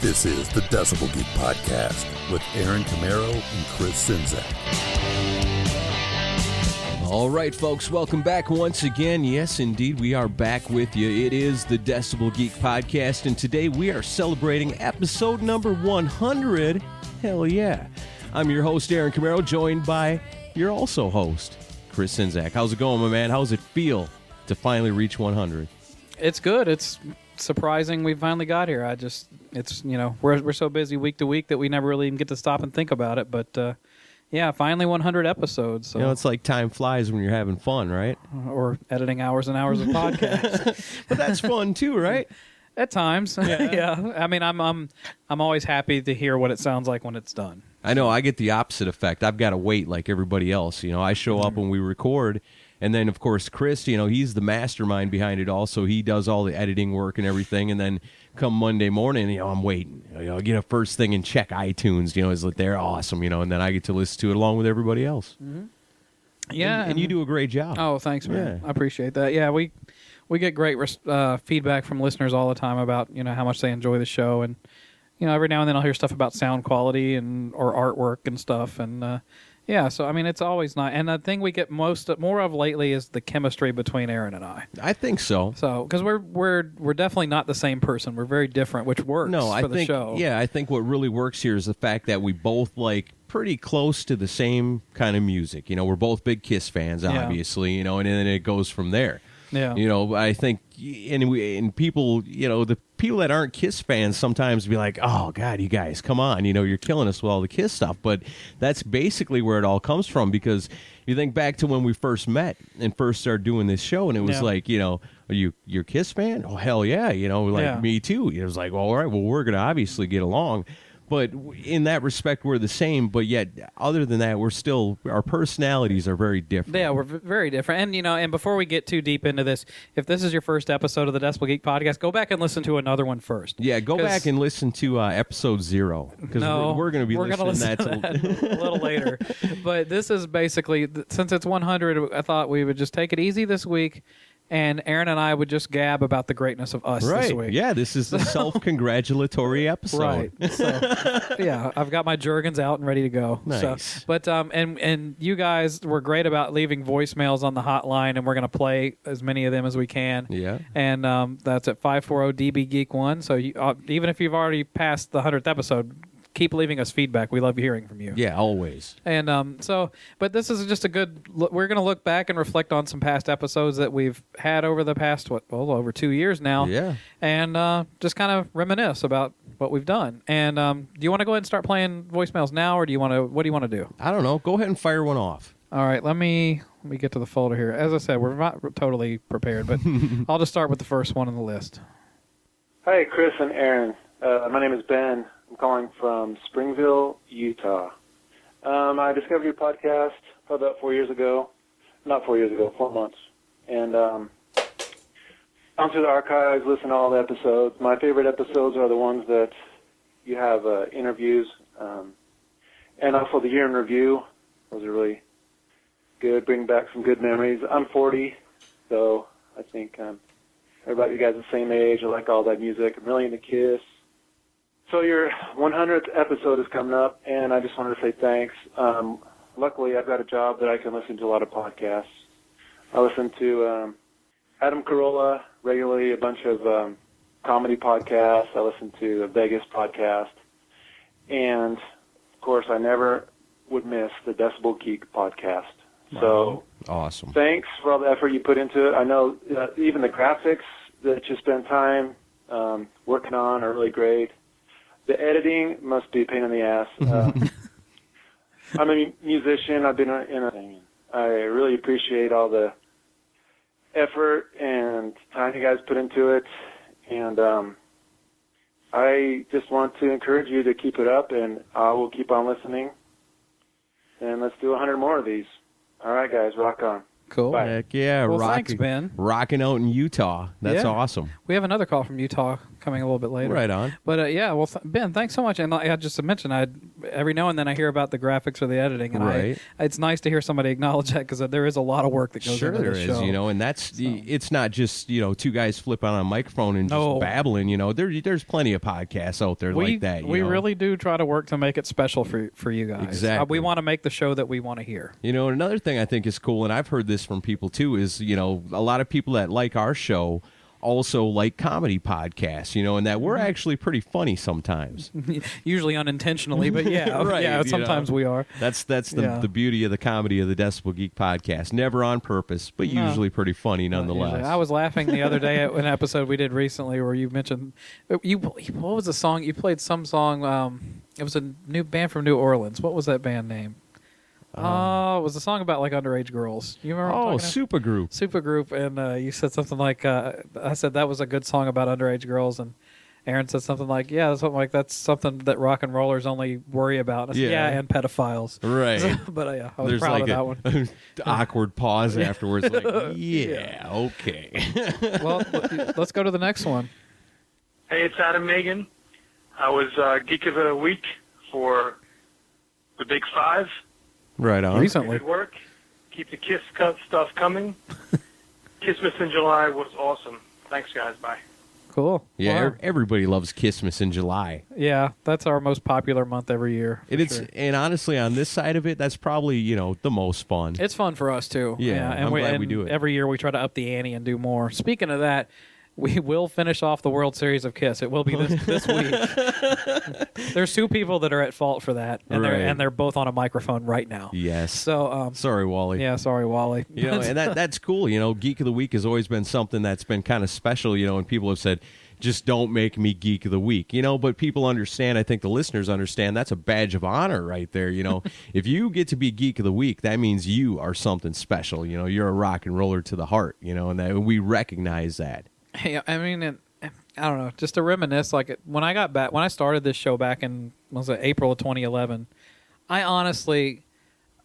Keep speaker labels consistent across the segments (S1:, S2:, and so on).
S1: This is the Decibel Geek Podcast with Aaron Camero and Chris Sinzak.
S2: All right, folks, welcome back once again. Yes, indeed, we are back with you. It is the Decibel Geek Podcast, and today we are celebrating episode number 100. Hell yeah. I'm your host, Aaron Camero, joined by your also host, Chris Sinzak. How's it going, my man? How's it feel to finally reach 100?
S3: It's good. It's surprising we finally got here. I just, it's, you know, we're, we're so busy week to week that we never really even get to stop and think about it. But, uh, yeah, finally 100 episodes. So.
S2: You know, it's like time flies when you're having fun, right?
S3: or editing hours and hours of podcasts
S2: But that's fun too, right?
S3: at times. Yeah. I mean, I'm, I'm, I'm always happy to hear what it sounds like when it's done.
S2: I know I get the opposite effect. I've got to wait like everybody else. You know, I show up when we record, and then of course Chris, you know, he's the mastermind behind it all. So he does all the editing work and everything. And then come Monday morning, you know, I'm waiting. You know, I get a first thing and check iTunes. You know, is like they're awesome. You know, and then I get to listen to it along with everybody else.
S3: Mm-hmm. Yeah.
S2: and, you do a great job.
S3: Oh, thanks, man.
S2: Yeah.
S3: I appreciate that. Yeah, we we get great res- uh, feedback from listeners all the time about you know how much they enjoy the show, and you know every now and then I'll hear stuff about sound quality and or artwork and stuff, and uh, yeah. So I mean, it's always nice. And the thing we get most more of lately is the chemistry between Aaron and I.
S2: I think so.
S3: So because we're we're we're definitely not the same person. We're very different, which works.
S2: No,
S3: for
S2: I
S3: the
S2: think
S3: show.
S2: yeah, I think what really works here is the fact that we both like pretty close to the same kind of music. You know, we're both big Kiss fans,
S3: Yeah.
S2: obviously. You know, and then it goes from there.
S3: Yeah.
S2: You know, I think, and we, and people, you know, the people that aren't Kiss fans sometimes be like, "Oh God, you guys, come on! You know, you're killing us with all the Kiss stuff." But that's basically where it all comes from because you think back to when we first met and first started doing this show, and it was
S3: Yeah.
S2: like, you know, are you you're a Kiss fan? Oh hell yeah! You know, like
S3: Yeah.
S2: me me too. It was like, well, all right, well, we're going to obviously get along. But w- in that respect, we're the same. But yet, other than that, we're still, our personalities are very different.
S3: Yeah, we're v- very different. And you know, and before we get too deep into this, if this is your first episode of the Decibel Geek podcast, go back and listen to another one first.
S2: Yeah, go
S3: 'Cause-
S2: back and listen to uh, episode zero because
S3: no,
S2: we're, going to be
S3: we're gonna
S2: listening to
S3: listen
S2: that.
S3: to
S2: till-
S3: that a little later. But this is basically th- since it's 100, I thought we would just take it easy this week, and Aaron and I would just gab about the greatness of us this week.
S2: right. Yeah, this is the self congratulatory episode.
S3: Right. So, yeah, I've got my Jergens out and ready to go.
S2: Nice.
S3: So, but um, and and you guys were great about leaving voicemails on the hotline, and we're gonna play as many of them as we can.
S2: Yeah.
S3: And oh um, that's at five four zero DB Geek one. So you, uh, even if you've already passed the hundredth episode, keep leaving us feedback. We love hearing from you.
S2: Yeah, always.
S3: And um, so, but this is just a good. lo- We're going to look back and reflect on some past episodes that we've had over the past what, well, over two years now.
S2: Yeah.
S3: And uh, just kind of reminisce about what we've done. And um, do you want to go ahead and start playing voicemails now, or do you want to? What do you want to do?
S2: I don't know. Go ahead and fire one off.
S3: All right, let me let me get to the folder here. As I said, we're not totally prepared, but I'll just start with the first one on the list.
S4: Hi, Chris and Aaron. Uh, my name is Ben. I'm calling from Springville, Utah. Um, I discovered your podcast probably about four years ago. Not four years ago, four months. And um, gone through the archives, listened to all the episodes. My favorite episodes are the ones that you have uh, interviews. Um, and also the year in review. Those are really good, bring back some good memories. I'm 40, so I think um, Everybody, you guys the same age. I like all that music. I'm really into Kiss. So your 100th episode is coming up, and I just wanted to say thanks. Um, luckily, I've got a job that I can listen to a lot of podcasts. I listen to um, Adam Carolla regularly, a bunch of um, comedy podcasts. I listen to the Vegas podcast, and of course, I never would miss the Decibel Geek podcast. So
S2: Awesome.
S4: thanks for all the effort you put into it. I know uh, even the graphics that you spend time um, working on are really great. The editing must be a pain in the ass. Uh, I'm a mu- musician. I've been in a. I really appreciate all the effort and time you guys put into it, and um, I just want to encourage you to keep it up, and I will keep on listening. And let's do 100 more of these. All right, guys, rock on.
S3: Cool.
S4: Bye.
S2: Heck yeah,
S3: Well,
S2: rock-
S3: thanks, Ben.
S2: Rocking out in Utah. That's
S3: Yeah.
S2: awesome.
S3: We have another call from Utah coming a little bit later.
S2: Right on.
S3: But uh, yeah, well, th- Ben, thanks so much. And I I just to mention, I every now and then I hear about the graphics or the editing, and
S2: Right.
S3: I, it's nice to hear somebody acknowledge that because there is a lot of work that goes
S2: Sure,
S3: into
S2: there
S3: this
S2: is,
S3: show.
S2: you know, and that's it's not just you know two guys flipping on a microphone and
S3: No.
S2: just babbling, you know. There, there's plenty of podcasts out there
S3: we
S2: like that. you
S3: we
S2: know.
S3: really do try to work to make it special for for you guys. Uh,
S2: Exactly.
S3: we want to make the show that we want to hear.
S2: You know, another thing I think is cool, and I've heard this from people too, is, you know, a lot of people that like our show also like comedy podcasts, you know, and that we're
S3: Mm-hmm.
S2: actually pretty funny sometimes.
S3: Usually unintentionally, but yeah,
S2: Right,
S3: yeah.
S2: you
S3: Sometimes
S2: know.
S3: we are.
S2: That's that's the,
S3: Yeah.
S2: the beauty of the comedy of the Decibel Geek podcast. Never on purpose, but
S3: No.
S2: usually pretty funny nonetheless.
S3: Usually. I was laughing the other day at an episode we did recently where you mentioned you. What was the song you played? Some song. Um, it was a new band from New Orleans. What was that band name? Oh, it was a song about like underage girls. You remember? what
S2: Um, oh,
S3: I'm talking
S2: supergroup.
S3: about? supergroup, and uh, you said something like, uh, "I said that was a good song about underage girls," and Aaron said something like, "Yeah, something like that's something that rock and rollers only worry about." And I said,
S2: Yeah.
S3: yeah. and pedophiles.
S2: Right.
S3: but uh, yeah, I was
S2: There's
S3: proud
S2: like
S3: of that one.
S2: a awkward pause afterwards. Like, yeah, okay.
S3: well, let- let's go to the next one.
S5: Hey, it's Adam Megan. I was uh, Geek of the Week for the Big Five.
S2: right on.
S3: Recently.
S5: Good work. Keep the Kiss cut stuff coming. Kissmas in July was awesome. Thanks, guys. Bye.
S3: Cool.
S2: Yeah,
S3: Wow.
S2: er- everybody loves Christmas in July.
S3: Yeah, that's our most popular month every year. for
S2: And it's
S3: sure.
S2: and honestly on this side of it, that's probably you know the most fun.
S3: it's fun for us too.
S2: Yeah,
S3: and
S2: I'm
S3: we,
S2: glad we
S3: and
S2: do it.
S3: every year. We try to up the ante and do more. Speaking of that, we will finish off the World Series of Kiss. It will be this, this week. There's two people that are at fault for that, and
S2: Right.
S3: they're and they're both on a microphone right now.
S2: yes.
S3: So, um,
S2: Sorry, Wally.
S3: yeah, sorry, Wally.
S2: You know, and that that's cool. You know, Geek of the Week has always been something that's been kind of special. You know, and people have said, just don't make me Geek of the Week. You know, but people understand. I think the listeners understand that's a badge of honor right there. You know, if you get to be Geek of the Week, that means you are something special. You know, you're a rock and roller to the heart. You know, and that we recognize that.
S3: Hey, I mean, it, I don't know. Just to reminisce, like it- when I got back, when I started this show back in what was it April of 2011, I honestly,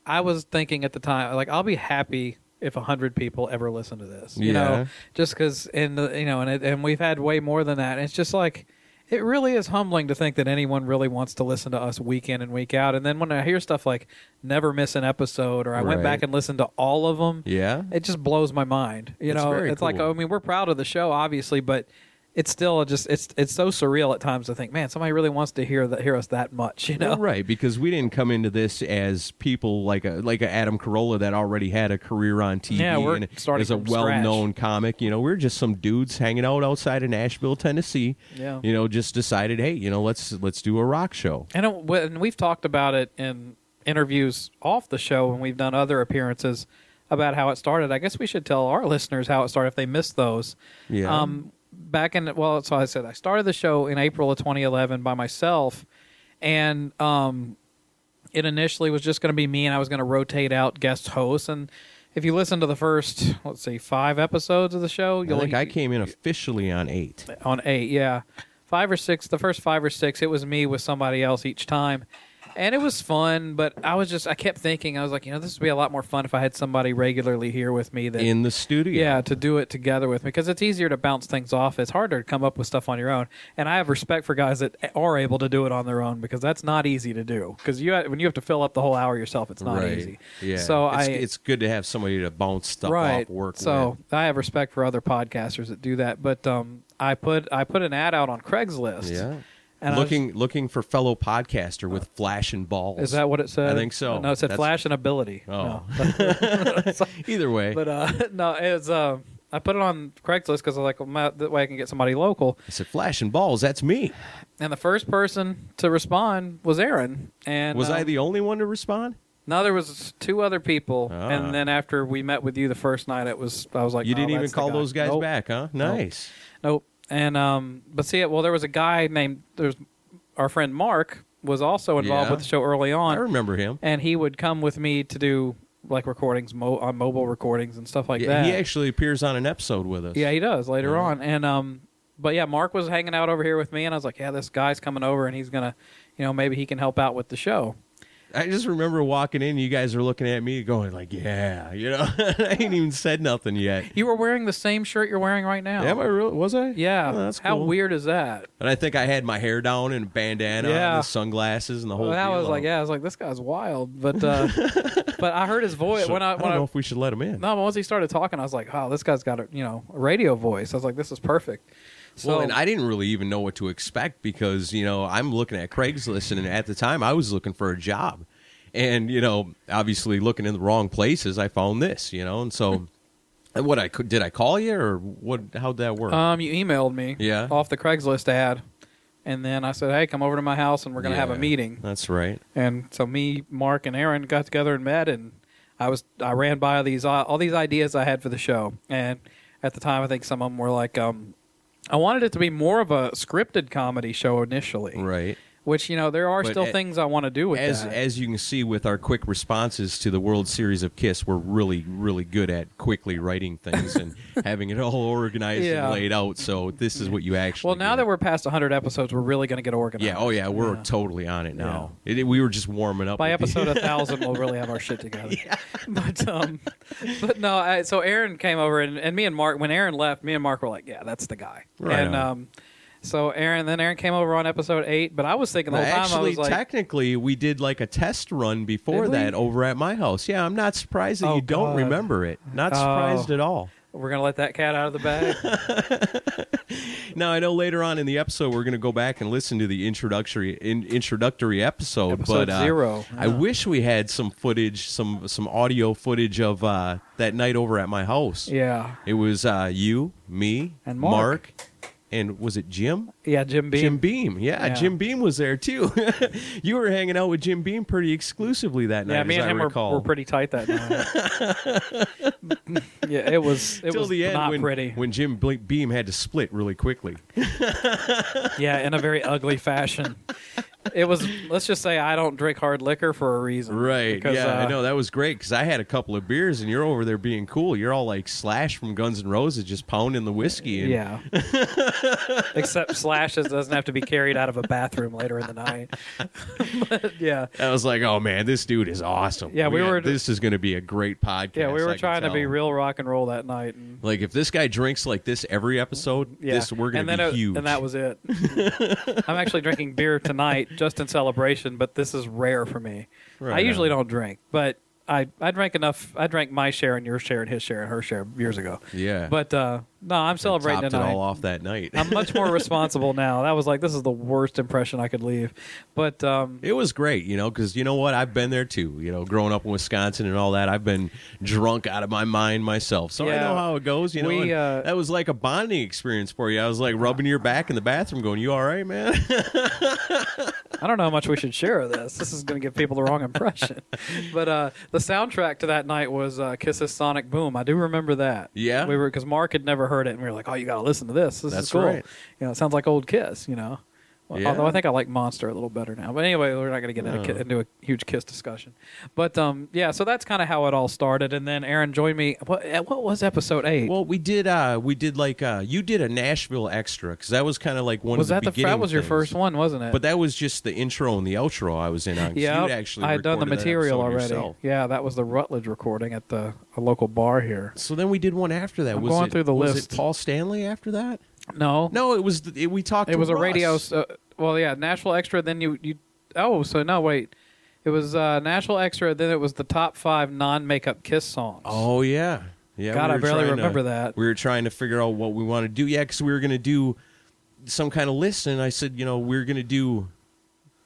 S3: I was thinking at the time, like I'll be happy if hundred people ever listen to this, you
S2: Yeah.
S3: know, just because, and the- you know, and it, and we've had way more than that. And it's just like. It really is humbling to think that anyone really wants to listen to us week in and week out. And then when I hear stuff like "never miss an episode" or "I went
S2: Right.
S3: back and listened to all of them,"
S2: Yeah.
S3: it just blows my mind. You
S2: It's
S3: know,
S2: very
S3: it's like
S2: cool.
S3: I mean, we're proud of the show, obviously, but it's still just it's it's so surreal at times to think, man, somebody really wants to hear that hear us that much, you know?
S2: Well, right, because we didn't come into this as people like a like a Adam Carolla that already had a career on TV
S3: Yeah, we're
S2: and
S3: starting
S2: is a
S3: from
S2: well-known comic. You know, we're just some dudes hanging out outside of Nashville, Tennessee.
S3: Yeah.
S2: You know, just decided, hey, you know, let's let's do a rock show.
S3: And, it, and we've talked about it in interviews off the show when we've done other appearances about how it started. I guess we should tell our listeners how it started if they missed those.
S2: Yeah.
S3: Um, back in, well, so I said I started the show in April of 2011 by myself. And um, it initially was just going to be me and I was going to rotate out guest hosts. And if you listen to the first, let's see, five episodes of the show,
S2: I
S3: you'll
S2: think I came in officially on eight.
S3: on eight yeah five or six the first five or six it was me with somebody else each time and it was fun but i was just i kept thinking i was like you know this would be a lot more fun if i had somebody regularly here with me that
S2: In the studio.
S3: yeah to do it together with me because it's easier to bounce things off it's harder to come up with stuff on your own and i have respect for guys that are able to do it on their own because that's not easy to do because you when you have to fill up the whole hour yourself it's not
S2: right.
S3: easy
S2: Yeah.
S3: so
S2: it's,
S3: i
S2: it's good to have somebody to bounce stuff off work
S3: so
S2: with.
S3: I have respect for other podcasters that do that, but um, I put I put an ad out on Craigslist.
S2: Yeah.
S3: And I was- Uh,
S2: looking looking for fellow podcaster with flash and balls.
S3: is that what it said?
S2: I think so.
S3: No, it said
S2: That's-
S3: flash and ability.
S2: Oh.
S3: No.
S2: Either way.
S3: but uh, no, it was. Uh, I put it on Craigslist because I was like, well, my, that way I can get somebody local.
S2: I said flash and balls. That's me.
S3: And the first person to respond was Aaron. And
S2: was
S3: um,
S2: I the only one to respond?
S3: No, there was two other people,
S2: Ah.
S3: and then after we met with you the first night, it was I was like,
S2: you
S3: "Oh,
S2: didn't even
S3: that's the
S2: call
S3: guy."
S2: those guys
S3: Nope.
S2: back, huh?
S3: Nope.
S2: Nice.
S3: Nope. And um, but see it. Well, there was a guy named there's our friend Mark was also involved
S2: Yeah.
S3: with the show early on.
S2: I remember him.
S3: And he would come with me to do like recordings mo- on mobile recordings and stuff like
S2: yeah,
S3: that.
S2: he actually appears on an episode with us.
S3: Yeah, he does later on. And um, but yeah, Mark was hanging out over here with me, and I was like, yeah, this guy's coming over, and he's gonna, you know, maybe he can help out with the show.
S2: I just remember walking in, you guys are looking at me going like, "Yeah," you know. I ain't even said nothing yet.
S3: You were wearing the same shirt you're wearing right now.
S2: Am I really? Was I?
S3: Yeah.
S2: Oh, that's
S3: How
S2: cool.
S3: weird is that?
S2: And I think I had my hair down and a bandana
S3: Yeah.
S2: and the sunglasses and the whole
S3: Well, I
S2: deal.
S3: was like, yeah, I was like, this guy's wild, but uh, but I heard his voice
S2: So
S3: when I when
S2: don't
S3: I,
S2: know if we should let him in.
S3: No, but once he started talking, I was like, "Oh, this guy's got a you know a radio voice." I was like, "This is perfect." So
S2: well, and I didn't really even know what to expect because you know I'm looking at Craigslist, and at the time I was looking for a job, and you know obviously looking in the wrong places, I found this, you know, and so and what I could did I call you or what? How'd that work?
S3: um, you emailed me,
S2: Yeah.
S3: off the Craigslist ad, and then I said, "Hey, come over to my house, and we're gonna have a
S2: Yeah,
S3: meeting."
S2: That's right.
S3: And so me, Mark, and Aaron got together and met, and I was I ran by these uh, all these ideas I had for the show, and at the time I think some of them were like, um, I wanted it to be more of a scripted comedy show initially,
S2: Right.
S3: which you know there are
S2: But
S3: still
S2: a-
S3: things I want to do with
S2: As
S3: that.
S2: as you can see with our quick responses to the World Series of Kiss, we're really really good at quickly writing things and having it all organized
S3: Yeah.
S2: and laid out. So this is what you actually
S3: well, now that we're past 100 episodes, we're really going to get organized.
S2: Yeah. Oh, yeah. We're totally on it now. It, we were just warming up
S3: By
S2: with the-
S3: episode 1000, we'll really have our shit together. But um, but no. I, so Aaron came over, and, and me and Mark. When Aaron left, me and Mark were like, "Yeah, that's the guy."
S2: Right
S3: and
S2: on.
S3: um, so Aaron. Then Aaron came over on episode eight. But I was thinking the whole time
S2: Actually,
S3: I was like,
S2: technically, we did like a test run before
S3: Did we?
S2: that over at my house. Yeah, I'm not surprised that
S3: Oh,
S2: you don't
S3: God.
S2: remember it. Not
S3: Oh.
S2: surprised at all.
S3: "We're gonna let that cat out of the bag."
S2: Now I know later on in the episode we're going to go back and listen to the introductory in, introductory episode,
S3: Episode
S2: but uh,
S3: zero.
S2: I wish we had some footage, some some audio footage of uh, that night over at my house.
S3: Yeah.
S2: it was uh, you, me,
S3: And Mark.
S2: Mark, and was it Jim?
S3: yeah, Jim Beam.
S2: Jim Beam. Yeah,
S3: Yeah.
S2: Jim Beam was there too. you were hanging out with Jim Beam pretty exclusively that night.
S3: Yeah, me
S2: as
S3: and
S2: I
S3: him were,
S2: recall.
S3: were pretty tight that night. yeah, it was it
S2: Till
S3: was
S2: the end
S3: not
S2: when,
S3: pretty.
S2: when Jim Ble- Beam had to split really quickly.
S3: Yeah, in a very ugly fashion. It was. Let's just say I don't drink hard liquor for a reason.
S2: Right.
S3: Because,
S2: yeah,
S3: uh,
S2: I know that was great because I had a couple of beers and you're over there being cool. You're all like Slash from Guns N' Roses, just pounding the whiskey. And
S3: Yeah. Except slashes doesn't have to be carried out of a bathroom later in the night. But, yeah.
S2: I was like, oh man, this dude is awesome.
S3: Yeah, we were-
S2: This is going to be a great podcast.
S3: Yeah, we
S2: I
S3: were
S2: can
S3: trying to
S2: tell.
S3: be real rock and roll that night. And,
S2: Like if this guy drinks like this every episode,
S3: yeah.
S2: this we're
S3: and
S2: going to
S3: then
S2: be
S3: it-
S2: huge.
S3: And that was it. I'm actually drinking beer tonight just in celebration, but this is rare for me. I
S2: Right
S3: usually
S2: on.
S3: don't drink, but I, I drank enough. I drank my share and your share and his share and her share years ago.
S2: Yeah.
S3: But uh, No, I'm celebrating
S2: topped it
S3: tonight.
S2: all off that night.
S3: I'm much more responsible now. That was like this is the worst impression I could leave. But um,
S2: It was great, you know, because you know what? I've been there too. You know, growing up in Wisconsin and all that, I've been drunk out of my mind myself. So I
S3: Yeah.
S2: know how it goes. You know,
S3: We,
S2: and
S3: uh,
S2: that was like a bonding experience for you. I was like rubbing your back in the bathroom, going, "You all right, man?"
S3: I don't know how much we should share of this. This is going to give people the wrong impression. But uh, the soundtrack to that night was uh, Kiss's Sonic Boom. I do remember that.
S2: Yeah.
S3: we were because Mark had never heard it, and we were like, "Oh, you got to listen to this. This
S2: That's
S3: is cool.
S2: right.
S3: You know, it sounds like old Kiss. You know." Well,
S2: Yeah.
S3: Although I think I like Monster a little better now, but anyway, we're not going to get into,
S2: Oh.
S3: ki- into a huge Kiss discussion. But um, yeah, so that's kind of how it all started. And then Aaron joined me. What, at what was episode eight?
S2: Well, we did. uh We did like uh you did a Nashville extra because that was kind of like one
S3: was
S2: of
S3: that
S2: the
S3: the
S2: beginning.
S3: that was your
S2: things.
S3: first one, wasn't it?
S2: But that was just the intro and the outro I was in on. 'cause
S3: yeah,
S2: you'd actually
S3: I had done the
S2: recorded that
S3: material
S2: episode
S3: already.
S2: yourself.
S3: Yeah, that was the Rutledge recording at the a local bar here.
S2: So then we did one after that.
S3: I'm
S2: was
S3: going
S2: it,
S3: through the
S2: was
S3: list.
S2: It Paul Stanley after that?
S3: No,
S2: no, it was it, we talked.
S3: It
S2: to
S3: was a
S2: Russ.
S3: radio. s- Uh, well, yeah, Nashville Extra. Then you you. Oh, so no, wait. It was uh, Nashville Extra. Then it was the top five non-makeup Kiss songs.
S2: Oh yeah, yeah.
S3: God, I
S2: were
S3: barely
S2: trying to-
S3: remember that.
S2: We were trying to figure out what we want to do. Yeah, because we were going to do some kind of list, and I said, you know, we are going to do.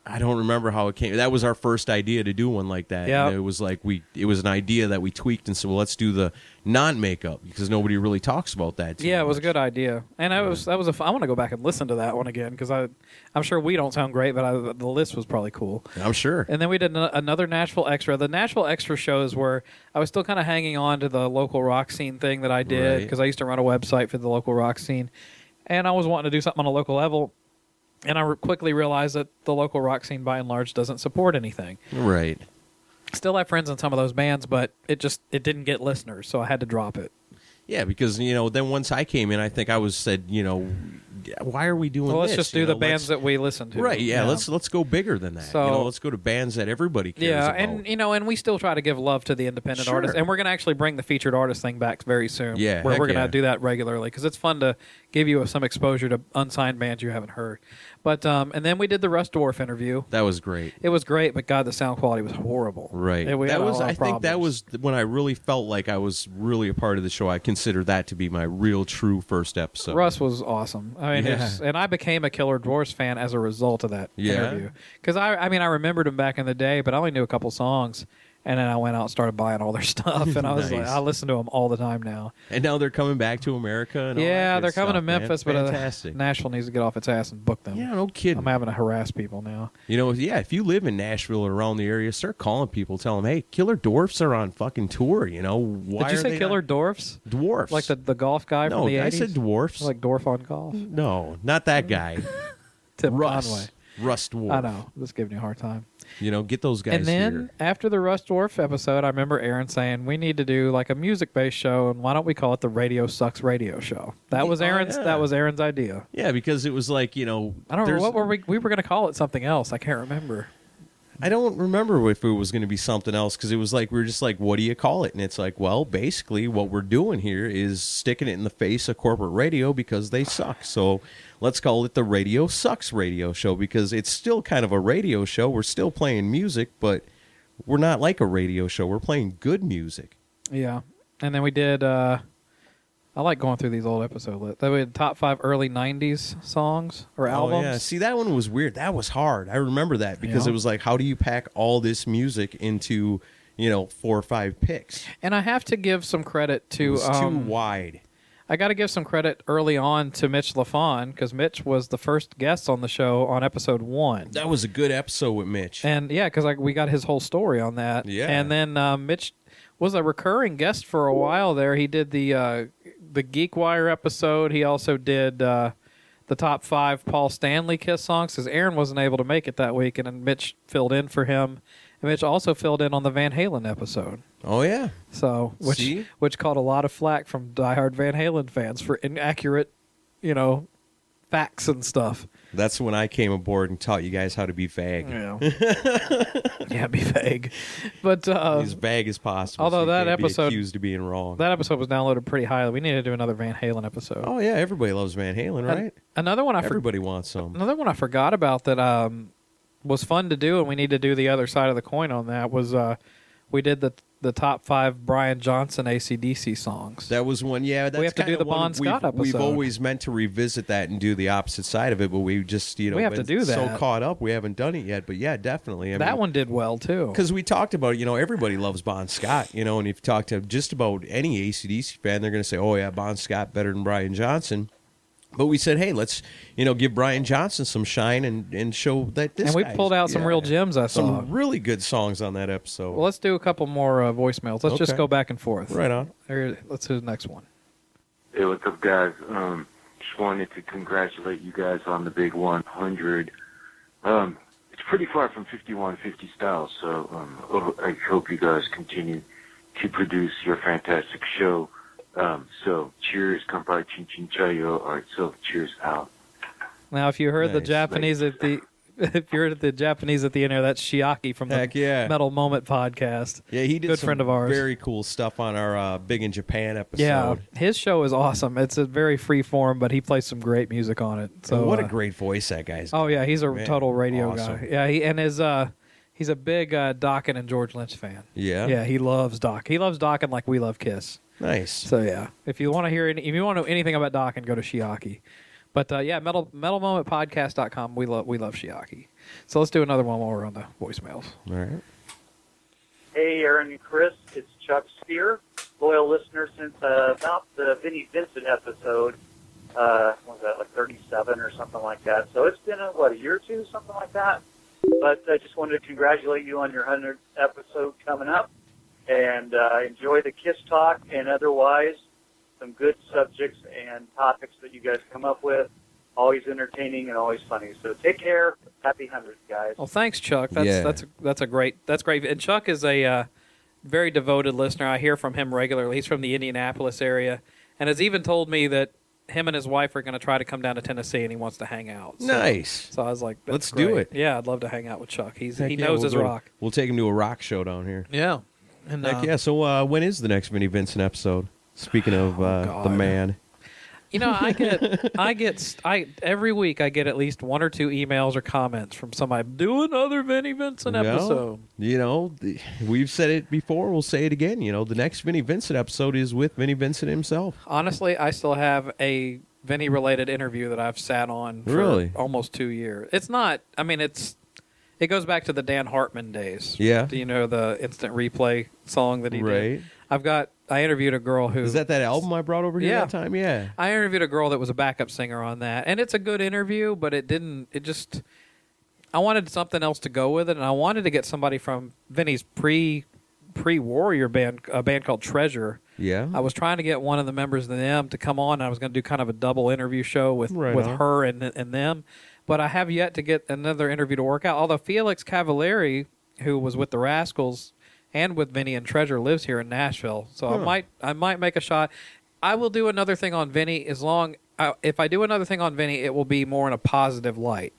S2: I don't remember how it came. That was our first idea to do one like that.
S3: Yeah.
S2: And it was like we. It was an idea that we tweaked and said, well, let's do the non-makeup because nobody really talks about that. too
S3: yeah, it was a
S2: much.
S3: good idea, and I was that was a. Fun, I want to go back and listen to that one again because I, I'm sure we don't sound great, but I, the list was probably cool.
S2: I'm sure.
S3: And then we did an- another Nashville Extra. The Nashville Extra shows were I was still kind of hanging on to the local rock scene thing that I did
S2: Right.
S3: because I used to run a website for the local rock scene, and I was wanting to do something on a local level. And I re- quickly realized that the local rock scene, by and large, doesn't support anything.
S2: Right.
S3: Still have friends in some of those bands, but it just it didn't get listeners, so I had to drop it.
S2: Yeah, because you know, then once I came in, I think I was said, you know, why are we doing?
S3: Well, let's
S2: this?
S3: just
S2: You
S3: do
S2: know,
S3: the bands
S2: let's-
S3: that we listen to.
S2: Right. Yeah,
S3: You know?
S2: Let's let's go bigger than that. you know,
S3: So-
S2: let's go to bands that everybody cares
S3: Yeah,
S2: about.
S3: and you know, and we still try to give love to the independent
S2: Sure.
S3: artists, and we're going to actually bring the featured artist thing back very soon.
S2: Yeah,
S3: where
S2: heck
S3: we're going to
S2: yeah.
S3: do that regularly because it's fun to give you some exposure to unsigned bands you haven't heard. But um, and then we did the Rust Dwarf interview.
S2: that was great.
S3: It was great, but God, the sound quality was horrible.
S2: Right.
S3: And we
S2: that
S3: had a
S2: was
S3: lot
S2: I
S3: of
S2: think that
S3: problems.
S2: was th- when I really felt like I was really a part of the show. I consider that to be my real true first episode.
S3: Russ was awesome. I mean,
S2: Yeah.
S3: his- and I became a Killer Dwarfs fan as a result of that
S2: Yeah.
S3: interview. Because I, I mean, I remembered him back in the day, but I only knew a couple songs, and then I went out and started buying all their stuff, and I was like,
S2: Nice.
S3: I listen to them all the time now.
S2: And now they're coming back to America and all
S3: yeah,
S2: that good
S3: they're coming to
S2: stuff, man.
S3: Memphis, but uh,
S2: fantastic.
S3: Nashville needs to get off its ass and book them.
S2: Yeah, no kidding.
S3: I'm having to harass people now.
S2: You know, yeah, if you live in Nashville or around the area, start calling people, tell them, "Hey, Killer Dwarfs are on fucking tour." You know, why
S3: Did you
S2: are
S3: say
S2: they
S3: Killer
S2: not-
S3: Dwarfs?
S2: Dwarfs?
S3: Like the, the golf guy
S2: No,
S3: from the 80s?
S2: I said dwarfs.
S3: Like dwarf on golf.
S2: No, not that guy.
S3: Tim
S2: Russ.
S3: Conway.
S2: Russ Dwarf.
S3: I know. Just giving you a hard time.
S2: You know, get those guys
S3: and then
S2: here.
S3: after the Rust Dwarf episode, I remember Aaron saying we need to do like a music based show, and why don't we call it the Radio Sucks Radio Show? That was
S2: Oh,
S3: Aaron's.
S2: yeah.
S3: That was Aaron's idea.
S2: Yeah, because it was like you know,
S3: I don't
S2: there's-
S3: know what were we we were going to call it something else. I can't remember.
S2: I don't remember if it was going to be something else because it was like we were just like, what do you call it? And it's like, well, basically, what we're doing here is sticking it in the face of corporate radio because they suck. So let's call it the Radio Sucks Radio Show because it's still kind of a radio show. We're still playing music, but we're not like a radio show. We're playing good music.
S3: Yeah, and then we did. uh I like going through these old episode lists. Then we had top five early '90s songs or albums.
S2: Oh, yeah. See, that one was weird. That was hard. I remember that because
S3: Yeah.
S2: it was like, how do you pack all this music into, you know, four or five picks?
S3: And I have to give some credit to
S2: It was
S3: um,
S2: too wide.
S3: I got to give some credit early on to Mitch LaFon because Mitch was the first guest on the show on episode one.
S2: That was a good episode with Mitch.
S3: And yeah, because like we got his whole story on that.
S2: Yeah.
S3: And then uh, Mitch was a recurring guest for a while there. He did the uh, the Geek Wire episode. He also did uh, the top five Paul Stanley Kiss songs because Aaron wasn't able to make it that week, and then Mitch filled in for him. And Mitch also filled in on the Van Halen episode.
S2: Oh yeah,
S3: So which
S2: See?
S3: which caught a lot of flack from diehard Van Halen fans for inaccurate, you know, facts and stuff.
S2: that's when I came aboard and taught you guys how to be vague,
S3: Yeah. yeah, be vague. But uh,
S2: as vague as possible.
S3: although
S2: so you
S3: that
S2: can't be
S3: episode-
S2: accused of being wrong.
S3: That episode was downloaded pretty highly. We need to do another Van Halen episode.
S2: oh yeah, everybody loves Van Halen,
S3: An-
S2: right?
S3: Another one I for-
S2: everybody wants some.
S3: another one I forgot about that um, was fun to do, and we need to do the other side of the coin on that was uh, we did the the top five Brian Johnson ACDC songs.
S2: That was one. Yeah, that's
S3: we have to
S2: kinda
S3: do the
S2: one
S3: Bon
S2: we've-
S3: Scott episode.
S2: We've always meant to revisit that and do the opposite side of it, but we just you know
S3: We have to
S2: been
S3: do
S2: So
S3: that.
S2: caught up, we haven't done it yet. But yeah, definitely. I
S3: that one did well too.
S2: because we talked about you know everybody loves Bon Scott, you know, and if you talk to just about any ACDC fan, they're going to say, oh yeah, Bon Scott better than Brian Johnson. But we said, hey, let's you know give Brian Johnson some shine and and show that this.
S3: And we
S2: guy's-
S3: pulled out some
S2: yeah,
S3: real gems I saw.
S2: Some really good songs on that episode.
S3: Well, let's do a couple more uh, voicemails. Let's just
S2: Okay.
S3: go back and forth.
S2: Right on.
S3: Here, let's do the next one.
S6: Hey, what's up, guys? Um, just wanted to congratulate you guys on the big 100. Um, it's pretty far from 5150 Styles, so um, oh, I hope you guys continue to produce your fantastic show. Um, so, cheers, kampai, chin chin chayo. All right, so cheers out.
S3: Now, if you heard the
S6: Nice.
S3: Japanese at the if you heard the Japanese at the end there, that's Shiaki from the
S2: Heck yeah.
S3: Metal Moment podcast.
S2: Yeah, he did
S3: Good
S2: some
S3: friend of ours.
S2: Very cool stuff on our uh, Big in Japan episode.
S3: yeah, his show is awesome. It's a very free form, but he plays some great music on it. So
S2: And what
S3: uh,
S2: a great voice that guy's.
S3: Oh yeah, he's a
S2: Man,
S3: total radio
S2: awesome.
S3: guy. Yeah, he and his uh he's a big uh Dokken and George Lynch fan.
S2: Yeah.
S3: Yeah, he loves Doc. He loves Dokken like we love Kiss.
S2: Nice.
S3: So yeah, if you want to hear any, if you want to know anything about Dokken, go to Shiaki. But uh, yeah, metal metalmomentpodcast.com. We love we love Shiaki. So let's do another one while we're on the voicemails.
S2: All right.
S7: Hey, Aaron and Chris, it's Chuck Steer, loyal listener since uh, about the Vinnie Vincent episode. Uh, what was that like 37 or something like that? So it's been a, what a year or two, something like that. But I just wanted to congratulate you on your 100th episode coming up, and uh, enjoy the Kiss Talk and otherwise some good subjects and topics that you guys come up with. Always entertaining and always funny. So take care. Happy 100th, guys.
S3: Well, thanks, Chuck. That's
S2: Yeah.
S3: that's that's a great that's great. And Chuck is a uh, very devoted listener. I hear from him regularly. He's from the Indianapolis area, and has even told me that him and his wife are going to try to come down to Tennessee, and he wants to hang out. So-
S2: Nice.
S3: So I was like, that's
S2: Let's do
S3: great.
S2: it.
S3: Yeah, I'd love to hang out with Chuck. He's
S2: Heck
S3: he
S2: yeah,
S3: knows
S2: we'll
S3: his
S2: go to-
S3: rock.
S2: we'll take him to a rock show down here.
S3: Yeah, and
S2: Heck
S3: uh,
S2: yeah. So uh, when is the next Vinnie Vincent episode? Speaking of
S3: Oh,
S2: uh, the man.
S3: You know, I get, I get, st- I every week I get at least one or two emails or comments from somebody. Do another Vinnie Vincent
S2: Well,
S3: episode.
S2: You know, the, we've said it before. We'll say it again. You know, the next Vinnie Vincent episode is with Vinnie Vincent himself.
S3: Honestly, I still have a Vinny related interview that I've sat on for
S2: Really?
S3: almost two years. It's not. I mean, it's. It goes back to the Dan Hartman days.
S2: Yeah.
S3: Do you know the instant replay song that he
S2: Right.
S3: did? I've got. I interviewed a girl who
S2: Is that that album I brought over here
S3: Yeah.
S2: that time? Yeah.
S3: I interviewed a girl that was a backup singer on that, and it's a good interview, but it didn't. It just I wanted something else to go with it, and I wanted to get somebody from Vinny's pre pre Warrior band, a band called Treasure.
S2: Yeah.
S3: I was trying to get one of the members of them to come on. And I was going to do kind of a double interview show with
S2: Right
S3: with
S2: on.
S3: her and and them, but I have yet to get another interview to work out. Although Felix Cavalieri, who was with the Rascals and with Vinny and Treasure, lives here in Nashville, so I
S2: Huh.
S3: might I might make a shot. I will do another thing on Vinny as long I, if I do another thing on Vinny, it will be more in a positive light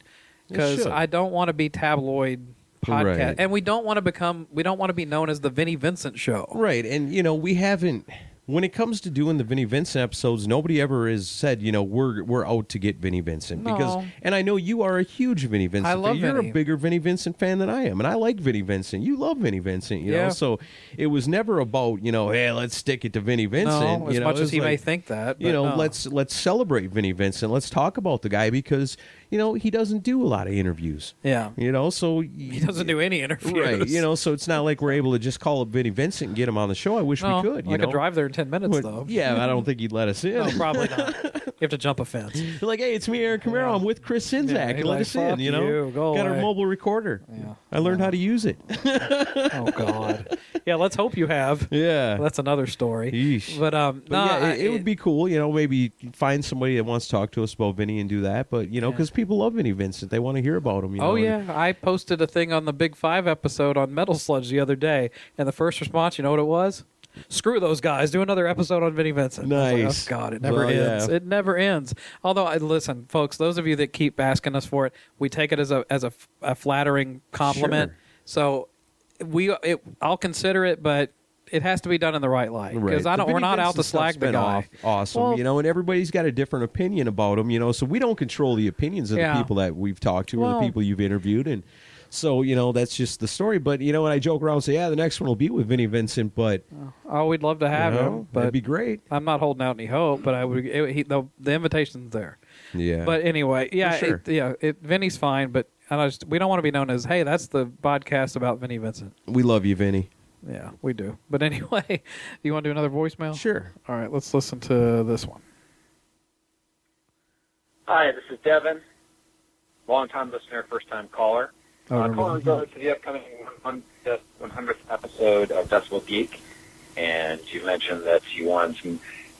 S2: It
S3: because
S2: should.
S3: I don't want to be tabloid podcast,
S2: Right.
S3: and we don't want to become we don't want to be known as the Vinny Vincent Show.
S2: Right. And, you know, we haven't. When it comes to doing the Vinnie Vincent episodes, nobody ever has said, you know, we're we're out to get Vinnie Vincent because,
S3: No.
S2: and I know you are a huge Vinnie Vincent.
S3: I
S2: fan.
S3: love
S2: You're
S3: Vinnie.
S2: a bigger Vinnie Vincent fan than I am, and I like Vinnie Vincent. You love Vinnie Vincent, you
S3: Yeah.
S2: know. So it was never about, you know, hey, let's stick it to Vinnie Vincent.
S3: No,
S2: you
S3: as
S2: know,
S3: much
S2: it
S3: as
S2: was
S3: he may
S2: like,
S3: think that,
S2: you
S3: but
S2: know,
S3: no.
S2: let's let's celebrate Vinnie Vincent. Let's talk about the guy because you know he doesn't do a lot of interviews.
S3: Yeah.
S2: you know, so
S3: He doesn't do any interviews.
S2: Right, you know, so it's not like we're able to just call up Vinnie Vincent and get him on the show. I wish
S3: No,
S2: we could. You
S3: I could
S2: know?
S3: drive there in 10 minutes,
S2: But-
S3: though.
S2: Yeah, I don't think he'd let us in.
S3: No, probably not. You have to jump a fence.
S2: They're like, hey, it's me, Eric Camaro. I'm with Chris Sinzak.
S3: Yeah, he'd
S2: let
S3: like,
S2: us in,
S3: "Fuck
S2: you know?
S3: you, go
S2: Got our
S3: away."
S2: mobile recorder. Yeah. I learned how to use it.
S3: Oh God. yeah, let's hope you have.
S2: Yeah.
S3: That's another story. But um,
S2: But
S3: no,
S2: yeah,
S3: I-
S2: it, it would be cool, you know, maybe find somebody that wants to talk to us about Vinny and do that. But, you know, because people love Vinny Vincent. They want to hear about him. You
S3: oh
S2: know, and-
S3: yeah, I posted a thing on the Big Five episode on Metal Sludge the other day, and the first response, you know what it was? Screw those guys! Do another episode on Vinnie Vincent. I was like,
S2: Nice.
S3: oh God, it never
S2: Well, yeah.
S3: ends. It never ends. Although, I, listen, folks, those of you that keep asking us for it, we take it as a as a, f- a flattering compliment.
S2: Sure.
S3: So, we it, I'll consider it, but it has to be done in the right light because
S2: Right.
S3: I don't.
S2: The
S3: We're
S2: Vinnie
S3: not out to
S2: Vincent
S3: slag
S2: stuff's
S3: the
S2: been
S3: guy.
S2: off- Awesome,
S3: Well-
S2: you know, and everybody's got a different opinion about him, you know, so we don't control the opinions of
S3: Yeah.
S2: the people that we've talked to or
S3: Well-
S2: the people you've interviewed, and So you know that's just the story. But you know, and I joke around and say, yeah, the next one will be with Vinnie Vincent, but
S3: Oh, we'd love to have
S2: know,
S3: him, but
S2: that'd be great.
S3: I'm not holding out any hope, but I would. It, he, the, the invitation's there.
S2: yeah,
S3: But anyway, yeah,
S2: For sure.
S3: it, yeah. It, Vinny's fine, but I just, we don't want to be known as, hey, that's the podcast about Vinny Vincent.
S2: we love you, Vinny.
S3: Yeah, we do. But anyway, do you want to do another voicemail?
S2: Sure.
S3: All right, let's listen to this one.
S8: Hi, this is Devin, long-time listener, first-time caller.
S3: Oh,
S8: uh,
S3: remember.
S8: calling regarding to the upcoming 100th 100th episode of Decibel Geek, and you mentioned that you wanted some